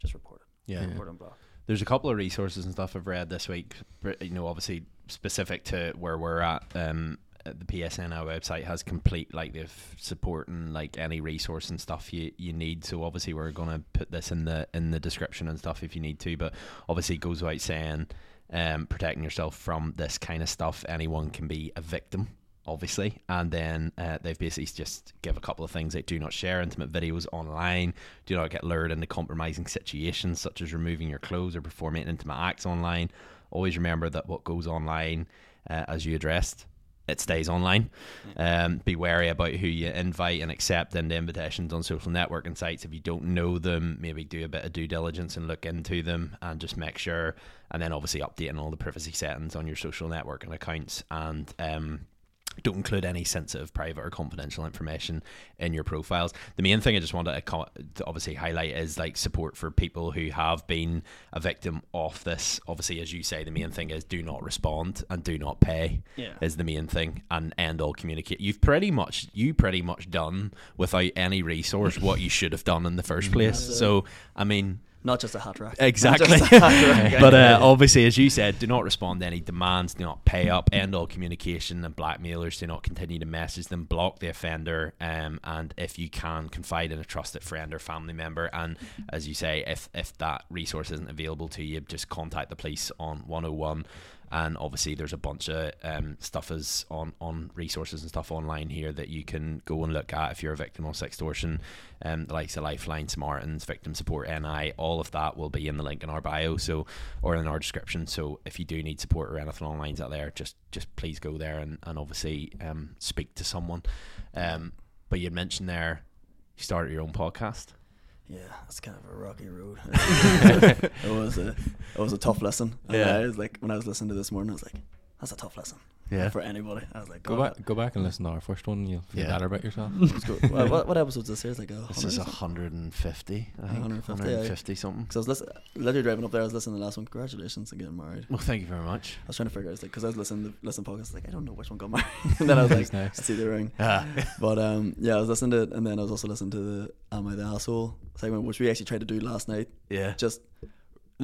C: just report it.
A: yeah,
E: Yeah.
C: Report and block.
A: there's a couple of resources and stuff I've read this week. You know, obviously specific to where we're at. Um, uh, the PSNI website has complete like the f- support and like any resource and stuff you, you need. So obviously we're gonna put this in the in the description and stuff if you need to. But obviously it goes without saying, um, protecting yourself from this kind of stuff. Anyone can be a victim. Obviously, and then uh, they've basically just give a couple of things like do not share intimate videos online, do not get lured into compromising situations such as removing your clothes or performing intimate acts online. Always remember that what goes online, uh, as you addressed, it stays online. Um, be wary about who you invite and accept into invitations on social networking sites. If you don't know them, maybe do a bit of due diligence and look into them and just make sure. And then obviously updating all the privacy settings on your social networking accounts and um, don't include any sensitive, private, or confidential information in your profiles. The main thing I just wanted to, co- to obviously highlight is like support for people who have been a victim of this. Obviously, as you say, the main thing is do not respond and do not pay
C: Yeah.
A: is the main thing and end all communicate. You've pretty much you pretty much done without any resource what you should have done in the first place.
C: That's it.
A: So I mean,
C: Not just a hat rack.
A: Exactly.
C: Not just a hat rack.
A: (laughs) but uh,
B: (laughs)
A: obviously, as you said, do not respond to any demands, do not pay up, end all communication, and blackmailers do not continue to message them, block the offender, um, and if you can, confide in a trusted friend or family member. And as you say, if, if that resource isn't available to you, just contact the police on 101. And obviously, there's a bunch of um, stuff is on, on resources and stuff online here that you can go and look at if you're a victim of sextortion um, the likes of Lifeline, Smartins, Victim Support NI, all of that will be in the link in our bio, so or in our description. So if you do need support or anything online out there, just just please go there and, and obviously um, speak to someone. Um, but you mentioned there you started your own podcast.
B: Yeah, that's kind of a rocky road. (laughs) it was a it was a tough lesson. And
A: Yeah.
B: I was like when I was listening to this morning, I was like, that's a tough lesson.
A: Yeah.
B: For anybody, I was like,
E: Go
B: God,
E: back, go back and listen to our first one. You'll feel
A: Yeah.
E: better
B: (laughs)
E: about yourself.
B: Let's go. Well, what, what episode is this? Here? It's like a
A: This is
B: hundred.
A: 150, I think.
B: 150,
A: 150,
B: yeah.
A: something.
B: Because I was listen, literally driving up there, I was listening to the last one. Congratulations on getting married. I
A: Well, thank you very much.
B: was trying to figure out, because I was listening to listen to podcasts, like I don't know which one got married, (laughs) and then I was like,
E: Who's next?
B: I see the ring.
A: (laughs) Ah.
B: But um, yeah, I was listening to it, and then I was also listening to the "Am I the asshole?" segment, which we actually tried to do last night.
A: yeah.
B: Just and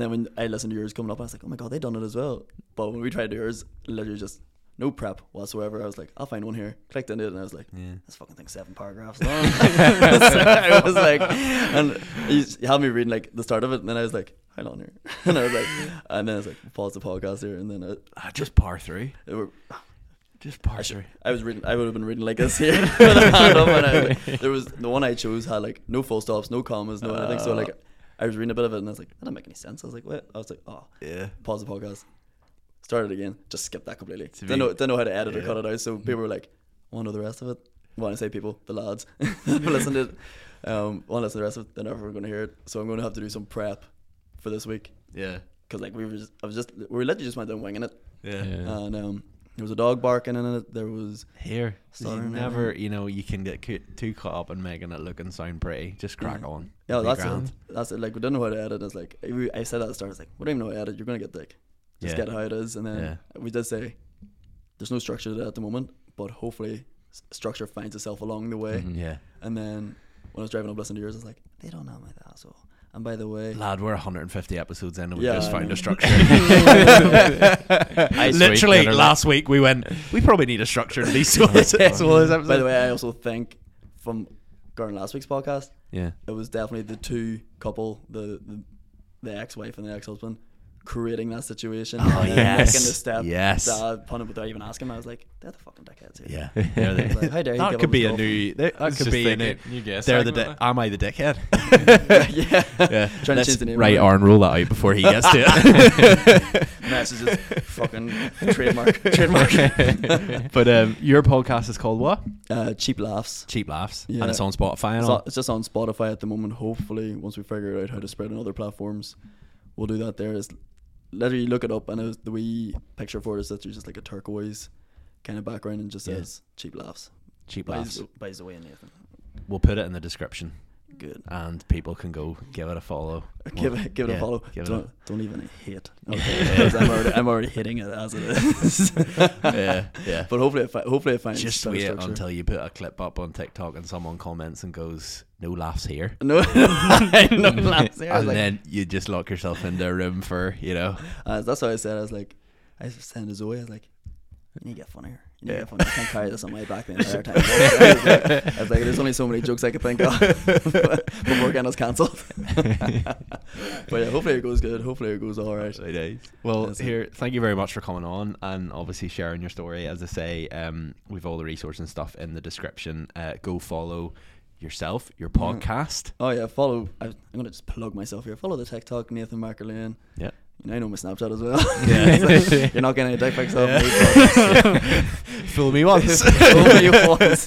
B: then when I listened to yours coming up, I was like, "Oh my god, they done it as well." But when we tried to do yours, literally just no prep whatsoever. I was like, "I'll find one here." Clicked into it, and I was like,
A: Yeah.
B: "This fucking thing's seven paragraphs long." (laughs) I was like, and you s- you had me reading like the start of it, and then I was like, "How long here?" (laughs) And I was like, and then I was like, "Pause the podcast here," and then I,
A: Ah, just par three.
B: it were,
A: Just par
B: I should-
A: three.
B: I was reading. I would have been reading like this
A: (laughs)
B: here. (laughs) with a hand up, and I- (laughs) there was the one I chose had like no full stops, no commas, no anything. So
A: Uh.
B: like, I was reading a bit of it, and I was like, that doesn't make any sense. I was like, wait. I was like, oh,
A: Yeah.
B: pause the podcast, start it again, just skip that completely.
A: To
B: Didn't
A: be-
B: know, didn't know how to edit or
A: yeah. Mm-hmm.
B: cut it out. So people were like, want to know the rest of it? Want to say people, the lads, (laughs) listen to it. Um, want to listen to the rest of it? They're never going to hear it. So I'm going to have to do some prep for this week
A: Yeah.
B: because like we were just, I was just, we literally just went down winging it,
A: Yeah.
E: Yeah.
B: and um, there was a dog barking in it. There was.
A: Here, you
B: Southern
A: never,
B: Ireland.
A: you know, you can get cu- too caught up in making it look and sound pretty. Just crack
B: Yeah.
A: on.
B: Yeah,
A: Be
B: that's
A: grand.
B: it. That's it. Like we don't know how to edit. It's like we, I said at the start. It's like we don't even know how to edit. You're gonna get dick. Just
A: Yeah.
B: get how it is, and then
A: Yeah.
B: we did say there's no structure to it at the moment, but hopefully s- structure finds itself along the way.
E: Mhm.
A: Yeah,
B: And then when I was driving up listening to yours, I was like, they don't know my asshole. And by the way,
A: lad, we're 150 episodes in, and we
B: Yeah,
A: just
B: I
A: found
B: know.
A: a structure.
E: I swear,
A: (laughs) Literally
E: literally.
A: last week we went. We probably need a structure to (laughs) these sorts of episodes.
B: by the way, I also think from during last week's podcast,
A: yeah,
B: it was definitely the two couple, the the, the ex wife and the ex husband, creating that situation.
A: Oh,
B: and then
A: yes.
B: making the step
A: Yes.
B: that I punted without even asking. I was like, they're the fucking dickheads here.
A: (laughs) yeah.
E: Yeah, they-
B: I was like, How dare you
A: that
B: give
A: could
B: up
A: be
B: his
A: a new. That, that could be a new.
E: You guess.
A: They're the. Di-
E: segment,
A: am I the dickhead? (laughs)
B: girlfriend?" yeah.
A: yeah.
B: Trying to
A: Let's
B: change the name
A: Right,
B: of it.
A: Aaron, roll that out before he gets to
B: (laughs)
A: it. (laughs)
B: Messages, fucking trademark, trademark.
A: (laughs)
B: (laughs)
A: but um, your podcast is called what?
B: Uh, cheap laughs.
A: Cheap laughs,
B: Yeah.
A: and it's on Spotify and
B: It's,
A: all.
B: on- it's just on Spotify at the moment. Hopefully, once we figure out how to spread on other platforms, we'll do that. There is literally look it up, and it was the wee picture for it is literally just like a turquoise kind of background, and just
A: Yeah.
B: says cheap laughs.
A: Cheap
B: By
A: laughs.
B: the- By the way, Nathan.
A: We'll put it in the description,
B: Good. (laughs)
A: and people can go (laughs) give it a follow.
B: Give it, give it
A: Yeah,
B: a follow.
A: give it
B: don't,
A: a-
B: don't even
A: (laughs)
B: hit. Okay, 'cause I'm already, I'm already hitting it as it is.
A: (laughs) yeah, yeah.
B: But hopefully, it fi- hopefully it finds
A: Just
B: better
A: wait
B: structure.
A: until you put a clip up on TikTok and someone comments and goes, "No laughs (laughs) here,"
B: (laughs) No, (laughs)
A: (laughs)
B: no laughs here. I was
A: and
B: like,
A: then you just lock yourself in their room for you know.
B: uh, that's what I said. I was like, I was saying to Zoe, I was like, you need to get funnier. You need
A: Yeah.
B: to get funnier. I can't carry this on my back the
A: (laughs)
B: entire time. I was, like, I was like, there's only so many jokes I could think of (laughs) before getting us cancelled. (laughs) but yeah, hopefully it goes good. Hopefully it goes all right.
A: Well,
B: That's it.
A: here, thank you very much for coming on and obviously sharing your story. As I say, um, we've all the resources and stuff in the description. Uh, go follow yourself, your podcast.
B: Oh yeah, follow. I, I'm gonna just plug myself here. Follow the Tech Talk, Nathan Markerlane.
A: Yeah.
B: You You know, I know my Snapchat as well.
A: Yeah.
B: (laughs)
A: (laughs)
B: It's like, you're not getting any dick pics off me.
A: Fool me
B: but- (laughs)
A: once. (laughs)
B: Only once.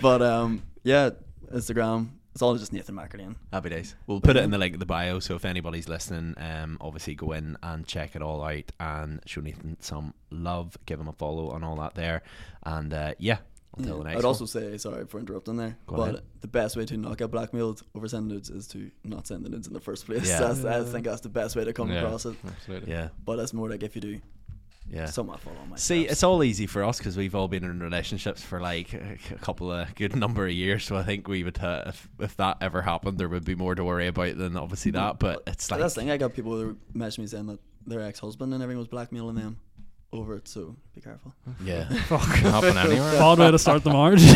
B: But um, yeah, Instagram. It's all just Nathan McAleen.
A: Happy days. We'll put it in the link of the bio. So if anybody's listening, um, obviously go in and check it all out and show Nathan some love. Give him a follow and all that there. And uh, yeah, until the
B: Yeah.
A: next.
B: I'd
A: one.
B: also say sorry for interrupting there,
A: Go
B: but
A: ahead.
B: the best way to not get blackmailed over sending nudes is to not send the nudes in the first place.
A: Yeah.
B: That's, I
D: Yeah.
B: think that's the best way to come
E: Yeah.
B: across it.
E: Absolutely.
A: yeah,
B: But it's more like if you do,
A: yeah.
B: some I follow my.
A: See,
B: steps.
A: it's all easy for us because we've all been in relationships for like a c- a couple of good number of years. So I think we would, uh, if, if that ever happened, there would be more to worry about than obviously that. But it's like,
B: that's the thing. I got people that messaged me saying that their ex-husband and everyone was blackmailing them over it. So be careful. (laughs)
A: yeah,
E: Can happen
D: (laughs)
E: anywhere.
D: Bad way to start the
A: (laughs)
D: marriage.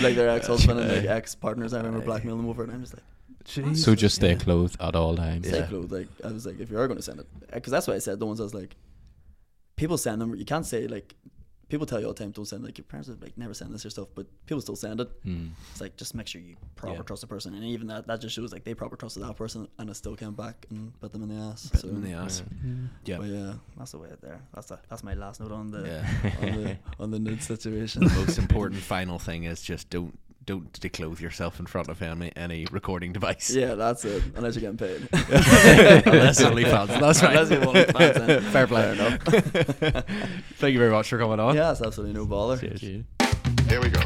B: Like their ex-husband and like ex-partners. I remember blackmailing them over it. And I'm just like,
D: (laughs) Jesus.
E: So just stay clothed at all times.
B: stay close. Like I was like, if you are going to send it, because that's what I said. The ones I was like, people send them. You can't say like. People tell you all the time, don't send like your parents are like never send this or stuff, but people still send it.
E: Mm.
B: It's like just make sure you proper
A: Hmm. Yeah.
B: trust the person, and even that that just shows like they proper trusted that person, and it still came back and bit them in the ass. so,
A: in the ass.
D: Mm.
A: Yeah.
B: But yeah,
C: That's the way it there. That's the, that's my last note on the.
A: Yeah. (laughs)
B: on the, on the nude situation.
A: the most important
B: (laughs)
A: final thing is just don't don't declothe yourself in front of any any recording device.
B: Yeah, that's it. Unless you're getting paid.
A: (laughs)
B: (laughs)
A: Unless OnlyFans. That's right.
B: Unless you want fans in.
A: (laughs) Fair play.
B: Fair enough.
A: (laughs) Thank you very much for coming on.
B: yeah, it's absolutely no bother.
F: Here we go.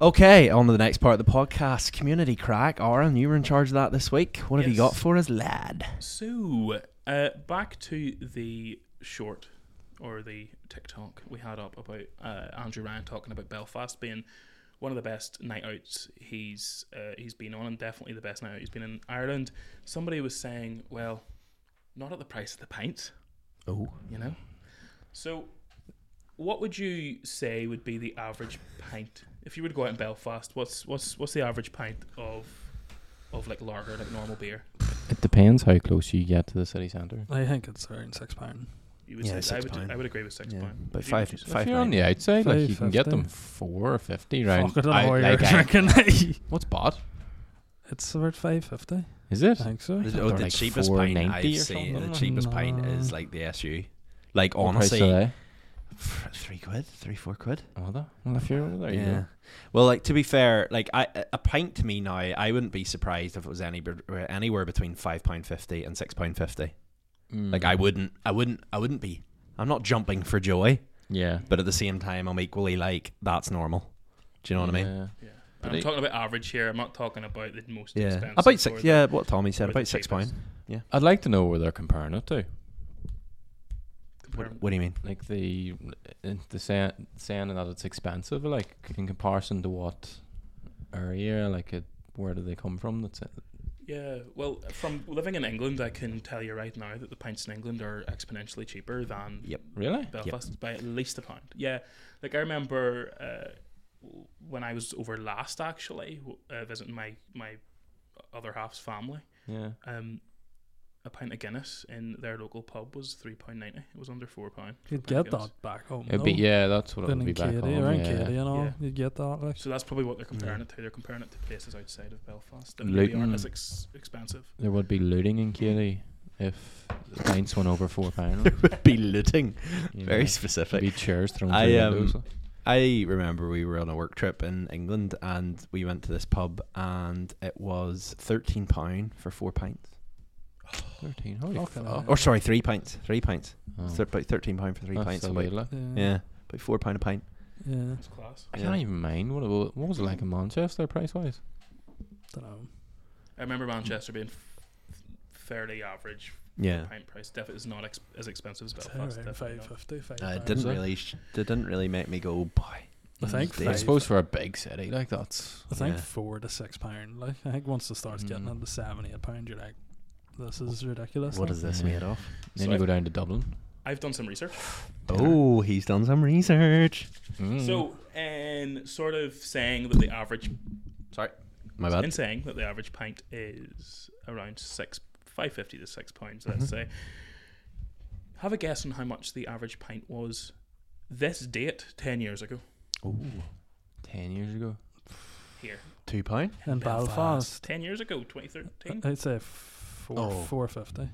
A: Okay, on to the next part of the podcast, community crack. Aaron, you were in charge of that this week. What have you
G: Yes.
A: got for us, lad?
G: So, uh, back to the short or the TikTok we had up about uh, Andrew Ryan talking about Belfast being one of the best night outs he's uh, he's been on, and definitely the best night out he's been in Ireland. Somebody was saying, "Well, not at the price of the pint."
A: Oh.
G: you know. So, what would you say would be the average pint if you were to go out in Belfast? What's what's what's the average pint of of like lager, like normal beer?
E: It depends how close you get to the city centre.
D: I think it's around six pound.
G: You would
A: Yeah,
G: say I
A: six
G: would
A: pound.
G: I would agree with six
A: Yeah,
G: pound.
A: by
G: Would you-
A: five-
G: would you say-
A: five-
E: If you're on the outside, like you can get them
D: 5.50.
E: four or fifty
D: Fuck, I
E: round.
D: don't know
E: I-
D: how you're
E: like, I-
D: drinking. (laughs)
E: what's bad?
D: it's about five fifty.
E: Is it?
D: I think so.
E: Is it-
A: Oh,
E: They're
A: the
E: like
A: cheapest pint
E: 490
A: I've
E: or
A: seen.
E: something.
A: The cheapest pint is
D: Nah.
A: like the SU. Like
E: What price are
A: honestly,
E: they?
A: f- three quid, three four quid.
E: Are they? Well, if you're there, you
A: yeah.
E: go.
A: Well, like to be fair, like I a- a pint to me now, I wouldn't be surprised if it was any, anywhere between five pound fifty and six pound fifty.
E: Mm.
A: Like I wouldn't, I wouldn't, I wouldn't be. I'm not jumping for joy,
E: Yeah.
A: but at the same time, I'm equally like that's normal. Do you know what I mean?
E: Yeah.
G: Yeah.
E: But
G: I'm
E: it-
G: talking about average here. I'm not talking about the most
A: Yeah,
G: expensive.
A: about
G: or
A: six.
G: the-
A: Yeah, what Tommy
G: or
A: said
G: the
A: about six pound.
G: cheapest.
E: I'd like to know where they're comparing it to.
A: What,
G: Compared-
A: what do you mean?
E: Like the uh, the saying, saying that it's expensive, like in comparison to what area, like it, where do they come from? That's it.
G: Yeah, well, from living in England, I can tell you right now that the pints in England are exponentially cheaper than
A: Yep.
E: Really?
G: Belfast by at least a pound. Yeah, like I remember uh, w- when I was over last actually w- uh, visiting my my other half's family.
E: Yeah.
G: Um, a pint of Guinness in their local pub was three pound ninety. It was under four pound.
D: You'd get that back home.
E: Oh It'd be,
D: though.
E: yeah, that's what it
D: Been
E: would be
D: in
E: back
D: Katy,
E: home,
D: around
E: yeah.
D: Katy and all.
G: Yeah.
D: You'd get that. Like.
G: So that's probably what they're comparing it to. They're comparing it to places outside of Belfast that maybe
E: Luton.
G: aren't as ex- expensive.
E: There would be looting in Katy if the pints went over four (laughs) pounds.
A: (laughs) be looting.
E: you
A: Very
E: know.
A: specific.
E: Be chairs thrown
A: I,
E: through
A: um,
E: windows. like.
A: I remember we were on a work trip in England and we went to this pub and it was thirteen pound for four pints.
E: Thirteen. Holy
D: Fucking
E: fuck.
D: hell.
A: Oh, Or sorry, three pints. Three pints.
E: Oh,
A: It's about thirteen pound for three
E: that's
A: pints.
E: a
A: about-
E: wee lot.
A: yeah, about four pound a pint.
D: Yeah.
G: That's class.
E: I
A: Yeah.
E: can't even mind what it was, what was it like in Manchester price wise.
D: Dunno.
G: I remember Manchester being f- fairly average
A: Yeah,
G: pint price. Definitely is not ex- as expensive as
D: It's
G: Belfast.
D: around
G: definitely not.
D: 550,
A: uh, it
D: 500.
A: didn't
E: so.
A: really, sh- it didn't really make me go, "Oh, boy.
D: I think
A: They-
E: I
D: five-
E: suppose for a big city like that's
D: I think
A: Yeah.
D: four to six pound. Like I think once it starts getting
E: Mm.
D: into seven, eight pound, you're like, this is ridiculous.
A: What
D: like.
A: is this
E: Yeah.
A: made of?
E: Then
G: So
E: you
G: I-
E: go down to Dublin.
G: I've done some research.
A: Oh, he's done some research.
E: Mm.
G: So, and sort of saying that the average
A: My bad.
G: in saying that the average pint is around six five fifty to six pounds, let's
A: Mm-hmm.
G: say. Have a guess on how much the average pint was this date ten years ago
A: Oh,
E: ten years ago.
G: here.
A: two pound.
D: in Belfast?
G: Ten years ago, twenty thirteen.
D: I'd say f- four
A: Oh.
D: four fifty.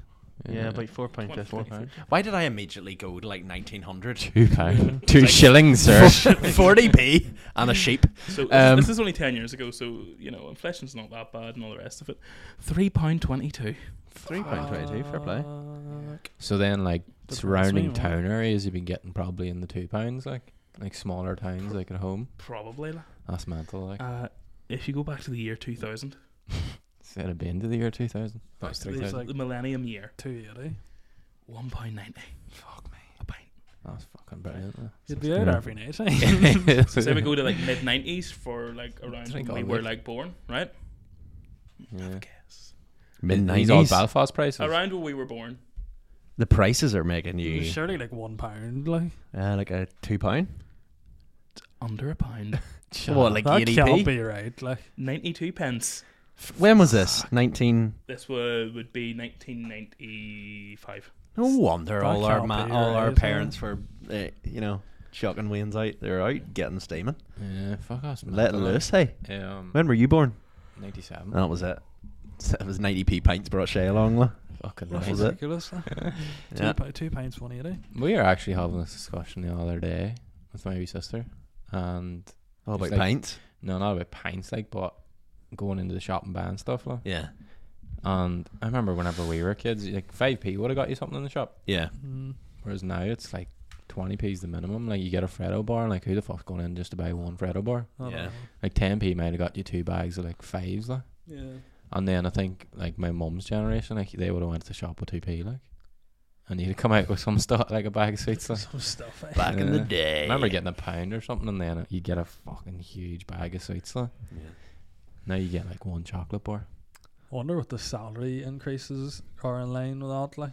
A: Yeah, about four pound
G: One
A: fifty.
E: four pounds.
A: Why did I immediately go to like nineteen hundred?
E: Two (laughs) pound, two shillings,
A: (laughs)
E: sir.
A: Forty p and a sheep.
G: So this-
E: Um,
G: this is only ten years ago, so you know inflation's not that bad and all the rest of it. Three pound twenty-two.
A: Three pound twenty-two. Fair play.
D: Fuck.
E: So then, like
D: Different
E: surrounding
D: swing, right?
E: town areas, you've been getting probably in the two pounds, like like smaller towns, like at home.
G: Probably. like.
E: That's mental. Like
G: Uh, if you go back to the year two thousand,
E: instead of being to the year two thousand, that was
D: Back to
E: three
D: these,
E: thousand.
D: like-
G: the millennium year,
D: Two eighty.
G: one pound ninety. Fuck me. A pint.
E: That's fucking brilliant. man.
D: You'd be out
E: Yeah.
D: every night. eh?
G: So say we go to like mid nineties for like around
E: Drink
G: when we
E: all
G: were
E: this.
G: like born, right?
E: Yeah.
G: Yes.
A: Mid
E: These all
A: nineties.
E: Belfast prices.
G: Around where we were born.
A: The prices are making
D: (laughs)
A: you
D: Surely like one pound, like
A: uh, like a two pound.
G: Under a pound.
E: Shut
A: What
E: up.
A: like
D: that
A: eighty
D: can't
A: p?
D: be right. Like
G: (laughs) Ninety-two pence.
A: When was this? Nineteen.
G: This would would be nineteen ninety-five.
A: No wonder
D: That
A: all our
D: can't
A: ma-
D: be
A: all our
D: right, is it?
A: parents were, uh, you know, chucking Wayne's out. They're out getting steaming.
E: Yeah, fuck us.
A: Let loose, hey.
E: Um,
A: When Oh, were you born?
E: ninety-seven.
A: That was it. It was 90p pints brought Shay along. lah.
E: Fucking
A: That
E: right.
A: was it.
D: ridiculous. like.
A: Yeah.
D: Two, pou- two pounds one eighty.
E: We were actually having this discussion the other day with my wee sister, and
A: All
E: It's
A: about
E: like-
A: pints.
E: no, not about pints, like, but going into the shop and buying stuff, like.
A: Yeah.
E: And I remember whenever we were kids, like five p would have got you something in the shop,
A: Yeah.
D: Mm.
E: whereas now it's like twenty p is the minimum. Like you get a Freddo bar, and like who the fuck's going in just to buy one Freddo bar?
D: I don't
A: Yeah.
D: know.
E: Like ten p might have got you two bags of like fives, like.
D: Yeah.
E: And then I think like my mum's generation, like they would have went to the shop with two p, like, and you'd come out with some (laughs) stuff like a bag of sweets, like.
D: Some stuff. eh?
A: Back in the
E: Yeah.
A: day.
E: I remember getting a pound or something, and then you get a fucking huge bag of sweets. Like. Now you get like one chocolate bar.
D: I wonder what the salary increases are in line with that. Like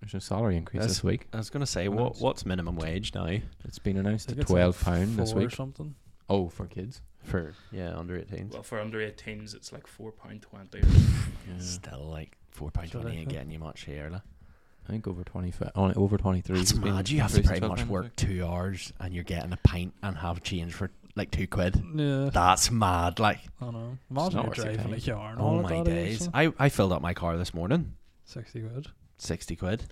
E: There's a salary increase
A: That's-
E: this week.
A: I was going to say,
E: Who
A: what
E: knows?
A: what's minimum wage now eh?
E: It's been announced
D: I
E: at
D: think it's
E: twelve
D: like
E: pound this
D: four
E: week.
D: or something.
E: Oh, for kids.
A: for, yeah, under 18?
G: Well, for under 18s, it's like four pound twenty.
E: Yeah.
A: Still like £4.20
D: Sure,
A: and
D: yeah.
A: getting you much here. lah.
E: I think over twenty five. On over twenty three.
A: That's mad. You have to pretty much work two hours and you're getting a pint and have change for like two quid.
D: Yeah.
A: That's mad. Like,
D: I don't know. Imagine
E: not
D: you're
E: worth your
D: driving a
E: time.
D: car and all
A: oh
D: at
A: my
D: that age,
A: days.
D: like.
A: I, I filled up my car this morning.
D: Sixty quid.
A: 60 quid.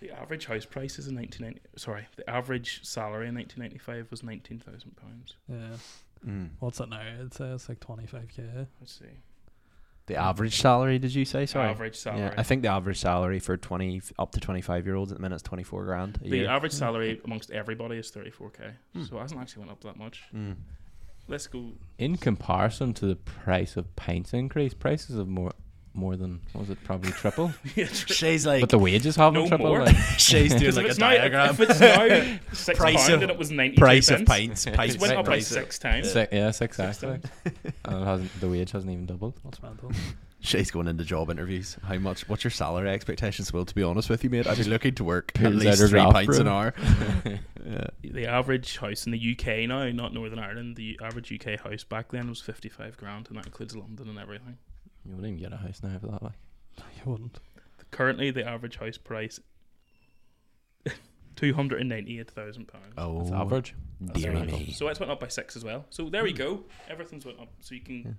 G: The average house prices in 1990, sorry, the average salary in 1995 was 19,000 pounds.
D: Yeah.
A: Mm.
D: What's it now? I'd say it's like twenty five k.
G: Let's see.
A: The average salary, did you say? Sorry.
G: Average salary.
A: Yeah, I think the average salary for 20 f- up to 25 year olds at the minute is 24 grand a
G: the
A: year.
G: average salary amongst everybody is 34k.
A: Hmm.
G: So it hasn't actually went up that much.
A: Mm.
G: Let's go. (laughs)
E: In comparison to the price of pints increase, prices have more more than what was it probably triple?
G: yeah, true.
A: Shay's like, (laughs)
E: but the wages haven't
G: No
E: tripled.
G: more.
E: Like,
G: (laughs)
A: Shay's doing
G: Because
A: like a
G: if it's now, if-
A: diagram.
G: If it's now six
A: Price
G: pound
A: of-
G: and it was
A: (laughs)
G: 90
A: price
G: pence,
A: of pints. pints
G: It's went up by
A: price of-
G: six times.
E: six, yeah, six,
G: Six
E: actually. (laughs) and it hasn't, the wage hasn't even doubled.
D: That's
A: (laughs)
D: mental.
A: Shay's going into job interviews. How much? What's your salary expectations? Will to be honest with you, mate, I'd be looking to work at
E: Pulls out
A: least
E: her
A: three
E: graph,
A: pints
E: bro.
A: an
E: (laughs)
A: hour. (laughs) yeah.
G: The average house in the UK now, not Northern Ireland, the average UK house back then was 55 grand, and that includes London and everything.
E: You wouldn't even get a house now for that. Like,
D: You wouldn't.
G: Currently, the average house price (laughs) two hundred and ninety-eight thousand pounds.
A: Oh,
E: it's average.
A: dearie
E: mental.
A: me.
G: So it's went up by six as well. So
A: Hmm.
G: there we go. Everything's went up. So you can.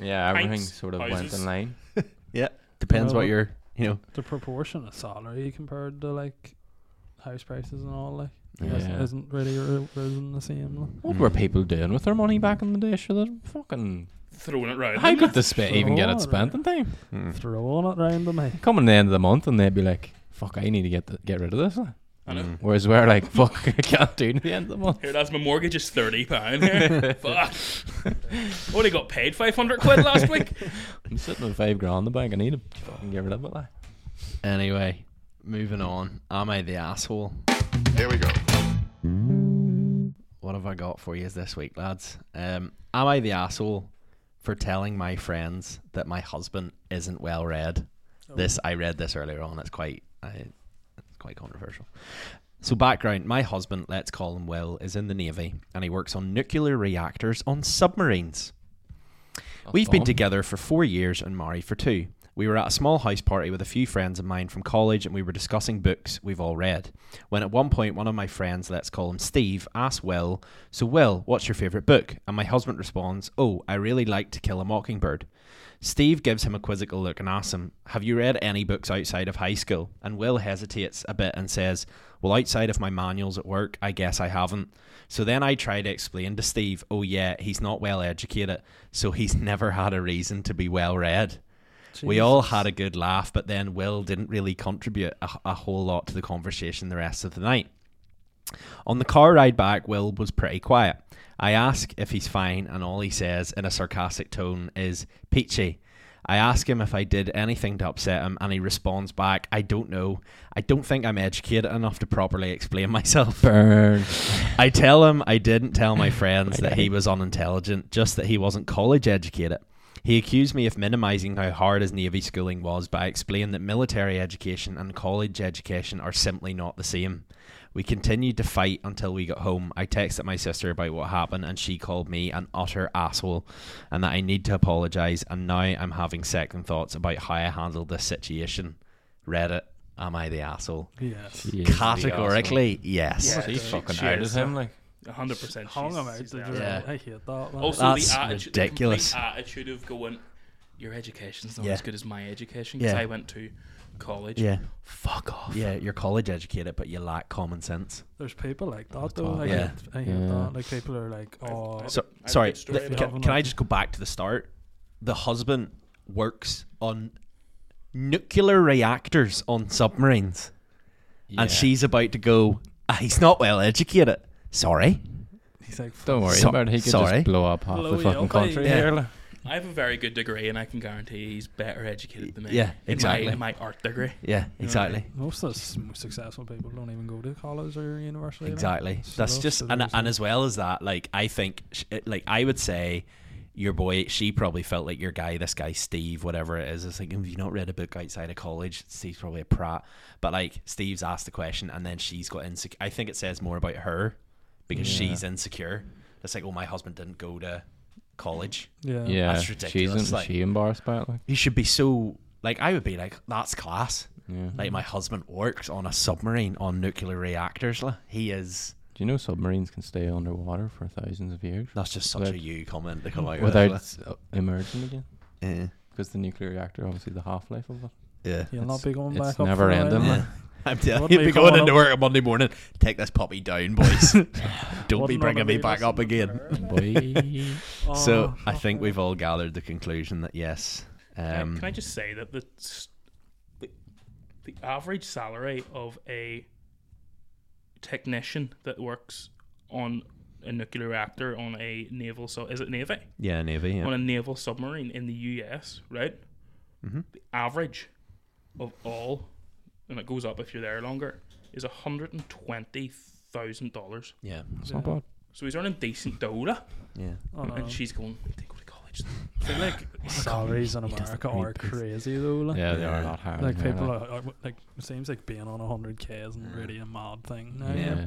E: Yeah, everything
G: Pints,
E: sort of went
G: houses.
E: in line.
A: Depends what
D: Well-
A: your you know.
D: The proportion of salary compared to like house prices and all like
E: Yeah.
D: isn't, isn't really r- risen the same. Like.
E: What
A: Hmm.
E: were people doing with their money back in the day? Sure, they're fucking.
G: Throwing it round.
E: How could the spa even get it
D: Sure.
E: spent in time?
A: Mm.
D: Throwing it round the me.
E: Coming the end of the month, and they'd be like, "Fuck, I need to get the, get rid of this." like."
G: I know.
A: Mm.
E: Whereas we're like, (laughs) "Fuck, I can't do it at the end of the month."
G: Here, lads, my mortgage is
A: (laughs)
G: thirty pound. Here, fuck. Only got paid five hundred quid last week.
E: I'm sitting with five grand in the bank. I need to fucking get rid of it. Like.
A: Anyway, moving on. Am I the asshole?
F: Here we go.
A: What have I got for you this week, lads? Um, am I the asshole for telling my friends that my husband isn't well read? This I read this earlier on. It's quite I, it's quite controversial. So background: My husband, let's call him Will, is in the navy, and he works on nuclear reactors on submarines. We've been together for four years and married for two. We were at a small house party with a few friends of mine from college and we were discussing books we've all read. When at one point one of my friends, let's call him Steve, asked Will, So, Will, what's your favourite book? And my husband responds, Oh, I really like To Kill a Mockingbird. Steve gives him a quizzical look and asks him, Have you read any books outside of high school? And Will hesitates a bit and says, Well, outside of my manuals at work, I guess I haven't. So then I try to explain to Steve, Oh, yeah, he's not well educated, so he's (laughs) never had a reason to be well read. We all had a good laugh, but then Will didn't really contribute a, a whole lot to the conversation the rest of the night. On the car ride back, Will was pretty quiet. I ask if he's fine, and all he says in a sarcastic tone is, Peachy. I ask him if I did anything to upset him, and he responds back, I don't know. I don't think I'm educated enough to properly explain (laughs) myself.
E: Burn.
A: I tell him I didn't tell my friends that he was unintelligent, just that he wasn't college educated. He accused me of minimizing how hard his Navy schooling was by explaining that military education and college education are simply not the same. We continued to fight until we got home. I texted my sister about what happened, and she called me an utter asshole and that I need to apologize. And now I'm having second thoughts about how I handled this situation. Reddit, am I the asshole?
D: Yes.
E: Jeez, the
A: Categorically, yes.
G: Yeah,
E: asshole. She's
G: she-
E: fucking
G: she
E: out of
G: is,
E: him.
G: uh,
E: Like,
G: A hundred percent.
D: Hung
G: she's-
D: him out
G: she's
D: to
G: the
D: dry.
A: Yeah.
D: I hate that. Man.
G: Also,
A: That's
G: the attitude,
A: ridiculous.
G: The complete attitude of going, your education's not
A: Yeah.
G: as good as my education because
A: Yeah.
G: I went to college.
A: Yeah.
G: Fuck off.
A: Yeah, you're college educated, but you lack common sense.
D: There's people like that
E: That's
D: though.
E: bad.
D: I
A: Yeah.
D: hate, I hate
E: Yeah.
D: that. Like people are like,
G: I've-
D: oh,
G: I've-
A: So,
G: I've got a
A: sorry,
G: good story
A: th-
G: about
A: can,
D: that.
A: can I just go back to the start? The husband works on nuclear reactors on submarines,
E: yeah.
A: and she's about to go, "Ah, he's not well educated. Sorry.
D: he's like,
E: Don't worry
A: So-
E: about it. He could
A: sorry.
E: just blow up half
D: Blow
E: the
D: you
E: fucking
D: up,
E: country
A: eh?
E: here. like.
G: I have a very good degree, and I can guarantee he's better educated than me.
A: Yeah,
G: In my-
A: exactly.
G: In my, art degree.
A: Yeah, exactly.
D: most of the s- most successful people don't even go to college or university. like.
A: Exactly.
D: So
A: That's
D: that's
A: just
D: the
A: and
D: reason.
A: and as well as that, like I think, sh- it- like I would say, your boy, she probably felt like your guy, this guy Steve, whatever it is. It's like have you not read a book outside of college? Steve's probably a prat, but like Steve's asked the question, and then she's got insecure. I think it says more about her because
E: Yeah.
A: she's insecure. It's like, oh, my husband didn't go to college.
D: Yeah.
E: Yeah,
A: That's
E: she's
A: ridiculous,
E: in,
A: like-
E: she embarrassed by it. Like,
A: You should be so like I would be like, that's class.
E: yeah.
A: Like my husband works on a submarine on nuclear reactors. like, He is.
E: Do you know submarines can stay underwater for thousands of years
A: That's just such
E: Without-
A: a you comment to come out with.
E: without
A: like.
E: s- uh, emerging again?
A: Yeah.
E: Because the nuclear reactor, obviously, the half life
A: (laughs)
E: of it.
A: Yeah.
D: You'll not
E: It's-
D: be going
E: it's
D: back up. for
E: never
D: a while.
E: ending, man.
A: (laughs) I'm
D: What
A: telling you,
D: may
A: be
D: come
A: going
D: on
A: into
D: up-
A: work on Monday morning. Take this puppy down, boys. (laughs) Don't be
D: Wouldn't
A: bringing me
D: wanna
A: back up
D: listening to
A: again.
D: her.
E: Boy.
D: Oh,
A: So I
D: fuck
A: think
D: me.
A: we've all gathered the conclusion that yes,
G: Can I-
A: um,
G: can I just say that the, s- the the average salary of a technician that works on a nuclear reactor on a naval so is it navy
A: yeah, Navy.
G: on
A: Yeah.
G: a naval submarine in the US, right?
A: Mm-hmm.
G: The average of all, and it goes up if you're there longer, is hundred and twenty thousand dollars.
A: yeah,
E: It's not bad.
G: So he's earning decent dough,
A: Uh-huh. yeah,
D: Oh, no.
G: and she's going. They go to college.
D: I feel like salaries in
E: He doesn't
D: America
E: read
D: are
E: books.
D: crazy though. Like,
E: Yeah, they are
A: Yeah.
E: a lot higher.
D: like
E: than here,
D: people are, are like it seems like being on hundred k isn't really a mad thing. Now.
A: Yeah.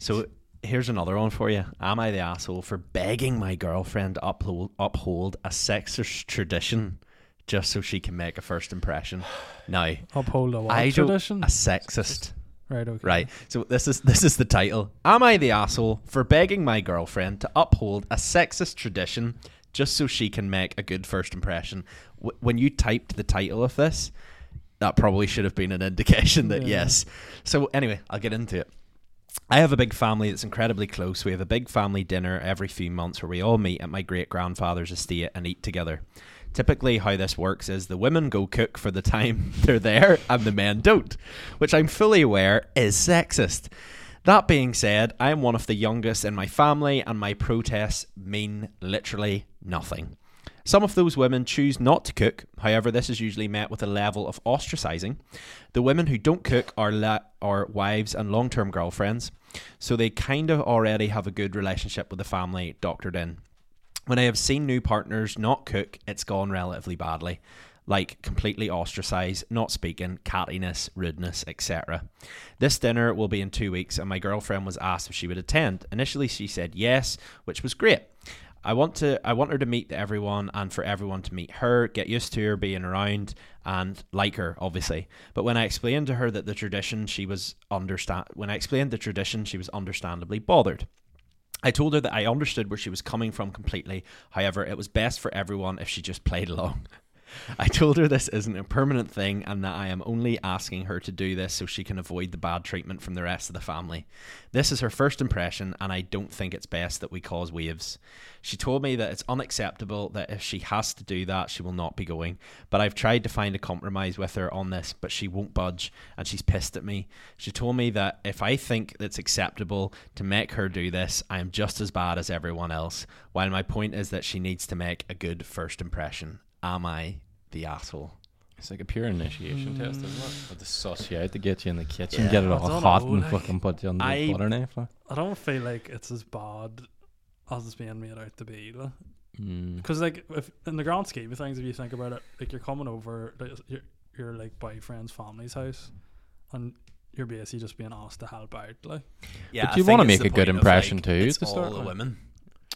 A: So here's another one for you. Am I the asshole for begging my girlfriend to uphold uphold a sexist tradition just so she can make a first impression? Now,
D: Uphold a what
A: I don't a
D: (sighs) tradition.
A: sexist.
D: Right. Okay.
A: Right. So this is this is the title. Am I the asshole for begging my girlfriend to uphold a sexist tradition just so she can make a good first impression? W- when you typed the title of this, that probably should have been an indication that
D: Yeah.
A: yes. So anyway, I'll get into it. I have a big family that's incredibly close. We have a big family dinner every few months where we all meet at my great grandfather's estate and eat together. Typically, how this works is the women go cook for the time (laughs) they're there and the men don't, which I'm fully aware is sexist. That being said, I am one of the youngest in my family and my protests mean literally nothing. Some of those women choose not to cook. However, this is usually met with a level of ostracizing. The women who don't cook are la- are wives and long-term girlfriends, so they kind of already have a good relationship with the family doctored in. When I have seen new partners not cook, it's gone relatively badly. Like completely ostracized, not speaking, cattiness, rudeness, etc. This dinner will be in two weeks, and my girlfriend was asked if she would attend. Initially, she said yes, which was great. I want to I want her to meet everyone and for everyone to meet her, get used to her being around and like her, obviously. But when I explained to her that the tradition she was understand when I explained the tradition she was understandably bothered. I told her that I understood where she was coming from completely. However, it was best for everyone if she just played along. (laughs) I told her this isn't a permanent thing and that I am only asking her to do this so she can avoid the bad treatment from the rest of the family. This is her first impression, and I don't think it's best that we cause waves. She told me that it's unacceptable that if she has to do that, she will not be going. But I've tried to find a compromise with her on this, but she won't budge, and she's pissed at me. She told me that if I think it's acceptable to make her do this, I am just as bad as everyone else. While my point is that she needs to make a good first impression. Am I the asshole?
E: It's like a pure initiation test, isn't it? But they suss you out to get you in the kitchen,
A: Yeah.
E: get it
D: Mm. I
E: all
D: don't
E: hot,
D: know,
E: and
D: like,
E: fucking put you on the
A: I-
E: butter knife. Like.
D: I don't feel like it's as bad as it's being made out to be. Like.
E: Mm.
D: Because like, if in the grand scheme of things, if you think about it, like you're coming over, like, your your like boyfriend's family's house, and you're basically just being asked to help out. Like,
A: Yeah,
E: But
A: I
E: you
A: think
E: wanna
A: it's
E: make
A: the
E: a good
A: point of,
E: impression
A: like,
E: too
A: It's
E: to
A: all
E: start
A: the
E: with.
A: women.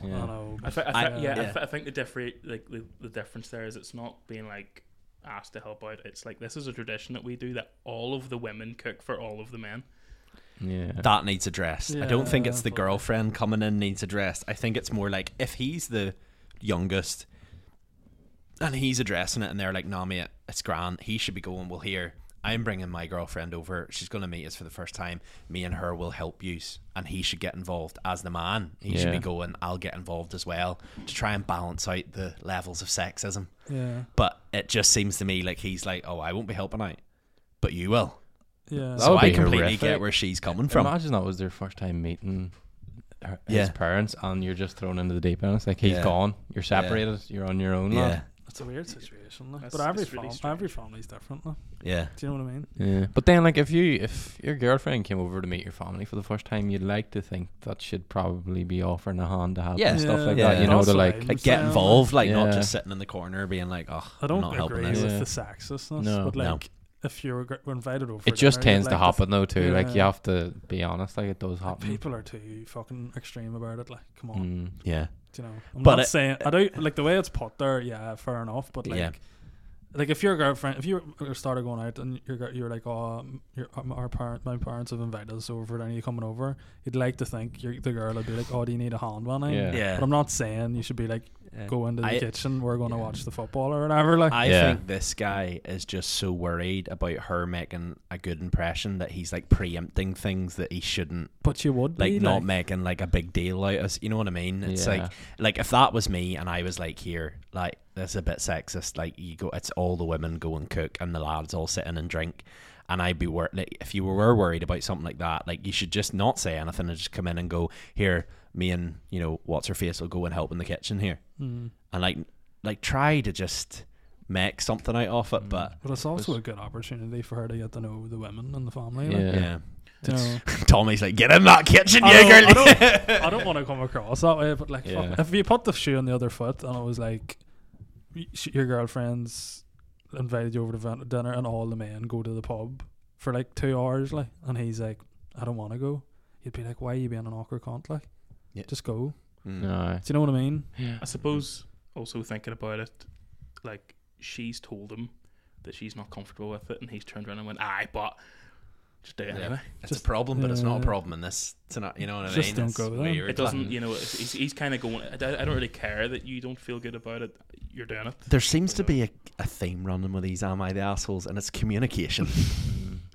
D: I
E: Yeah.
D: don't know.
G: I, thi- I,
A: I-
G: thi- yeah, I,
A: yeah.
G: thi- I think the different like the, the difference there is it's not being like asked to help out. It's like this is a tradition that we do that all of the women cook for all of the men.
E: Yeah.
A: That needs addressed. I don't think
D: Yeah,
A: it's the
D: but-
A: girlfriend coming in needs addressed. I think it's more like if he's the youngest and he's addressing it and they're like, nah, mate, it's grand. He should be going, well, here, I'm bringing my girlfriend over. She's going to meet us for the first time. Me and her will help you. And he should get involved as the man. He should be
E: Yeah.
A: going, I'll get involved as well to try and balance out the levels of sexism.
D: Yeah,
A: But it just seems to me like he's like, oh, I won't be helping out, but you will.
D: yeah.
E: That
A: so
E: would
A: I
E: be
A: completely
E: horrific.
A: get where she's coming from.
E: Imagine that was their first time meeting her, his
A: Yeah.
E: parents, and you're just thrown into the deep end. It's like he's
A: Yeah.
E: gone. You're separated. You're on your own.
A: yeah,
E: lad.
D: it's a weird situation. Like. But
G: That's-
D: every
G: it's really
D: fam-
G: strange.
D: every family's different. Like.
A: yeah.
D: Do you know what I mean?
E: Yeah. But then, like, if you if your girlfriend came over to meet your family for the first time, you'd like to think that she'd probably be offering a hand to help
A: Yeah.
E: and stuff like
A: Yeah.
E: that. You know,
D: That's
E: to
D: what
E: like
D: I'm
A: like get
D: saying,
A: involved, like not
E: Yeah.
A: just sitting in the corner being like, oh,
D: I don't
A: not helping
D: agree
A: this.
D: with
E: Yeah.
D: the sexistness,
E: No.
D: but
A: No.
D: like if you're gr- we're invited over,
E: it just tends to
D: happen.
E: happen though too. Like you
D: Yeah.
E: have to be honest. Like it does happen.
D: People are too fucking extreme about it. Like, come on,
E: Mm.
A: Yeah,
D: do you know? I'm
A: But
D: not
A: it-
D: saying I don't like the way it's put there. Yeah, fair enough. But like,
A: Yeah.
D: like if your girlfriend, if you were- started going out and your gir- you're like, oh, m- your, um, our parent, my parents have invited us over, and you coming over, you'd like to think your, the girl would be like, oh, do you need a hand one night?
E: Yeah.
A: yeah.
D: But I'm not saying you should be like, go into the
A: I-
D: kitchen. We're going
A: yeah.
D: to watch the football or whatever. Like,
A: I
E: Yeah.
A: think this guy is just so worried about her making a good impression that he's like preempting things that he shouldn't,
D: but you would
A: like
D: be
A: not making like a big deal out of. You know what I mean? It's
E: Yeah.
A: like, like if that was me and I was like, here, like that's a bit sexist. Like you go, it's all the women go and cook and the lads all sit in and drink. And I'd be worried. Like, if you were worried about something like that, like you should just not say anything and just come in and go here. Me and you know what's her face will go and help in the kitchen here,
D: Mm.
A: and like like try to just make something out of it. But
D: But it's also
E: Was-
D: a good opportunity for her to get to know the women in the family. Like,
E: Yeah.
A: yeah, (laughs)
D: you know.
A: Tommy's like, get in that kitchen,
D: I
A: you
D: don't- I
A: girl. (laughs)
D: I don't want to come across that way, but like, fuck,
E: Yeah.
D: if you put the shoe on the other foot, and it was like, y- sh- your girlfriend's invited you over to vin- dinner, and all the men go to the pub for like two hours, like, and he's like, I don't want to go. You'd be like, Why are you being an awkward cunt? Like,
A: Yeah.
D: just go.
E: No.
D: Do you know what I mean?
G: I suppose also thinking about it, like she's told him that she's not comfortable with it, and he's turned around and went, "Aye, but just do it
A: Yeah.
G: anyway."
A: It's a
D: Just-
A: problem, but it's not a
D: yeah.
A: problem in this. It's not, you know what I
D: Just
A: mean?
D: don't
A: It's
D: go there.
A: weird.
G: It doesn't, you know. it's- He's, he's kind of going. I, don't- I don't really care that you don't feel good about it. You're doing it.
A: There seems to be a, a theme running with these "Am I the assholes?" and it's (laughs) communication,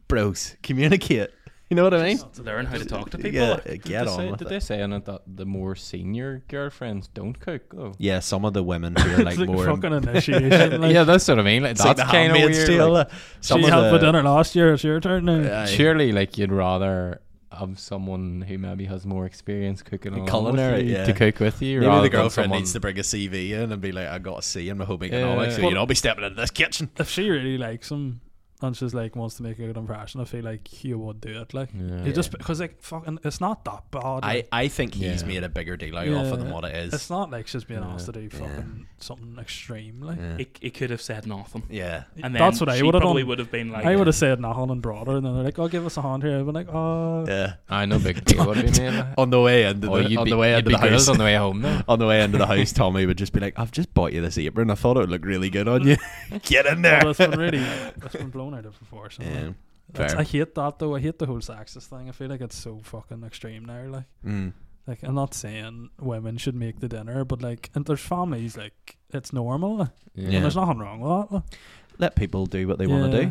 A: bros. Communicate. You know what I mean?
G: Learn how to talk to people.
A: Yeah, uh,
G: like.
E: Did
A: get
E: they
A: on
E: say,
A: with
E: did
A: it.
E: they say in it that the more senior girlfriends don't cook though?
A: Yeah, some of the women (laughs) who are like
D: It's like
A: more.
D: fucking
E: (laughs)
D: initiation. Like,
E: yeah, that's what I mean. Like
A: it's like
E: that's
A: the
E: kind of
A: Handmaid's
E: weird.
A: Tale.
E: like,
A: uh,
D: she
A: some of
D: helped
A: the-
D: with dinner last year. It's your turn now.
A: Aye.
E: surely, like you'd rather have someone who maybe has more experience cooking
A: The
E: along with
A: culinary,
E: you
A: yeah.
E: to cook with you.
A: Maybe
E: rather
A: the
E: than
A: girlfriend
E: someone-
A: needs to bring a CV in and be like, "I got a C in my home economics,
E: Yeah.
A: so you don't be stepping into this kitchen."
D: If she really likes him and she's like wants to make a good impression, I feel like you would do it. Like.
E: Yeah.
D: You just because like fucking, it's not that bad. like.
A: I, I think he's
E: Yeah.
A: made a bigger deal out of it than
D: Yeah.
A: what it
D: It's
A: is.
D: not like she's being
E: Yeah.
D: asked to do
A: Yeah.
D: fucking something extreme. Like
A: Yeah.
G: He, he could have said nothing,
A: Yeah.
G: and then
D: that's what I
G: she
D: would have
G: probably
D: done.
G: would have been like,
D: I would have said nothing and brought her, and then they're like, "Oh, give us a hand here." I've been like, "Oh,
A: Yeah.
E: I
A: (laughs)
E: know big deal. What do you mean?
A: On the way into the,
E: Oh, you'd
A: on
E: be,
A: the way
E: you'd
A: into
E: be
A: the
E: grilled
A: house.
E: on the way home though.
A: (laughs) on the way into the house, Tommy would just be like, "I've just bought you this apron. I thought it would look really good on you. (laughs) Get in there."
D: well, it's oh, been really, it's been blown out of proportion." like.
A: (laughs) Yeah.
D: That's-
A: fair.
D: I hate that though. I hate the whole sexist thing. I feel like it's so fucking extreme now. Like
A: Mm.
D: Like I'm not saying women should make the dinner, but like and there's families like it's normal. like,
A: Yeah.
D: And there's nothing wrong with that. like.
A: Let people do what they want to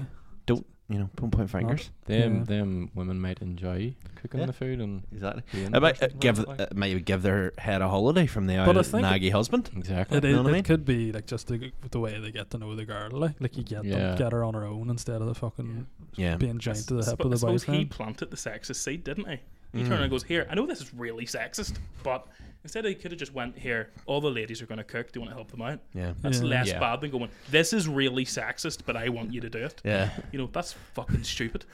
A: do. You know, don't point fingers.
E: Them
D: Yeah.
E: them women might enjoy cooking
A: Yeah.
E: the food and
A: Exactly.
E: being
A: It might uh,
E: versatile,
A: give
E: like.
A: it might give their head a holiday from the
D: But I
A: old
D: think-
A: naggy husband.
E: exactly.
D: It, is,
A: know what I
D: it
A: mean?
D: could be like just the, the way they get to know the girl, like like you get
E: Yeah.
D: them, get her on her own instead of the fucking
A: Yeah.
D: being giant to the
G: I
D: hip
G: suppo-
D: of the Hmm.
G: I suppose he
D: boyfriend.
G: planted the sexist seed, didn't he? He turned around
A: Mm.
G: and goes, "Here, I know this is really sexist, but instead he could have just went here. All the ladies are going to cook. Do you want to help them out?
A: Yeah.
G: That's
D: Yeah.
G: less
A: Yeah.
G: bad than going. This is really sexist, but I want you to do it.
A: Yeah.
G: You know, that's fucking stupid.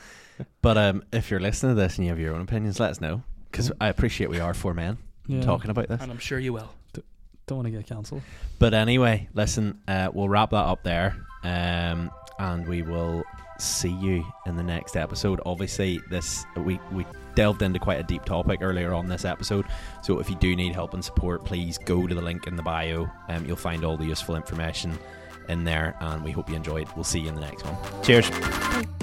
A: But um, if you're listening to this and you have your own opinions, let us know because I appreciate we are four men
D: Mm. Yeah.
A: talking about this.
G: And I'm sure you will.
D: Don't want to get cancelled.
A: But anyway, listen, uh, we'll wrap that up there, um, and we will see you in the next episode. Obviously, this we we delved into quite a deep topic earlier on this episode, so if you do need help and support, please go to the link in the bio. Um, you'll find all the useful information in there, and we hope you enjoyed. We'll see you in the next one. Cheers.
F: Bye.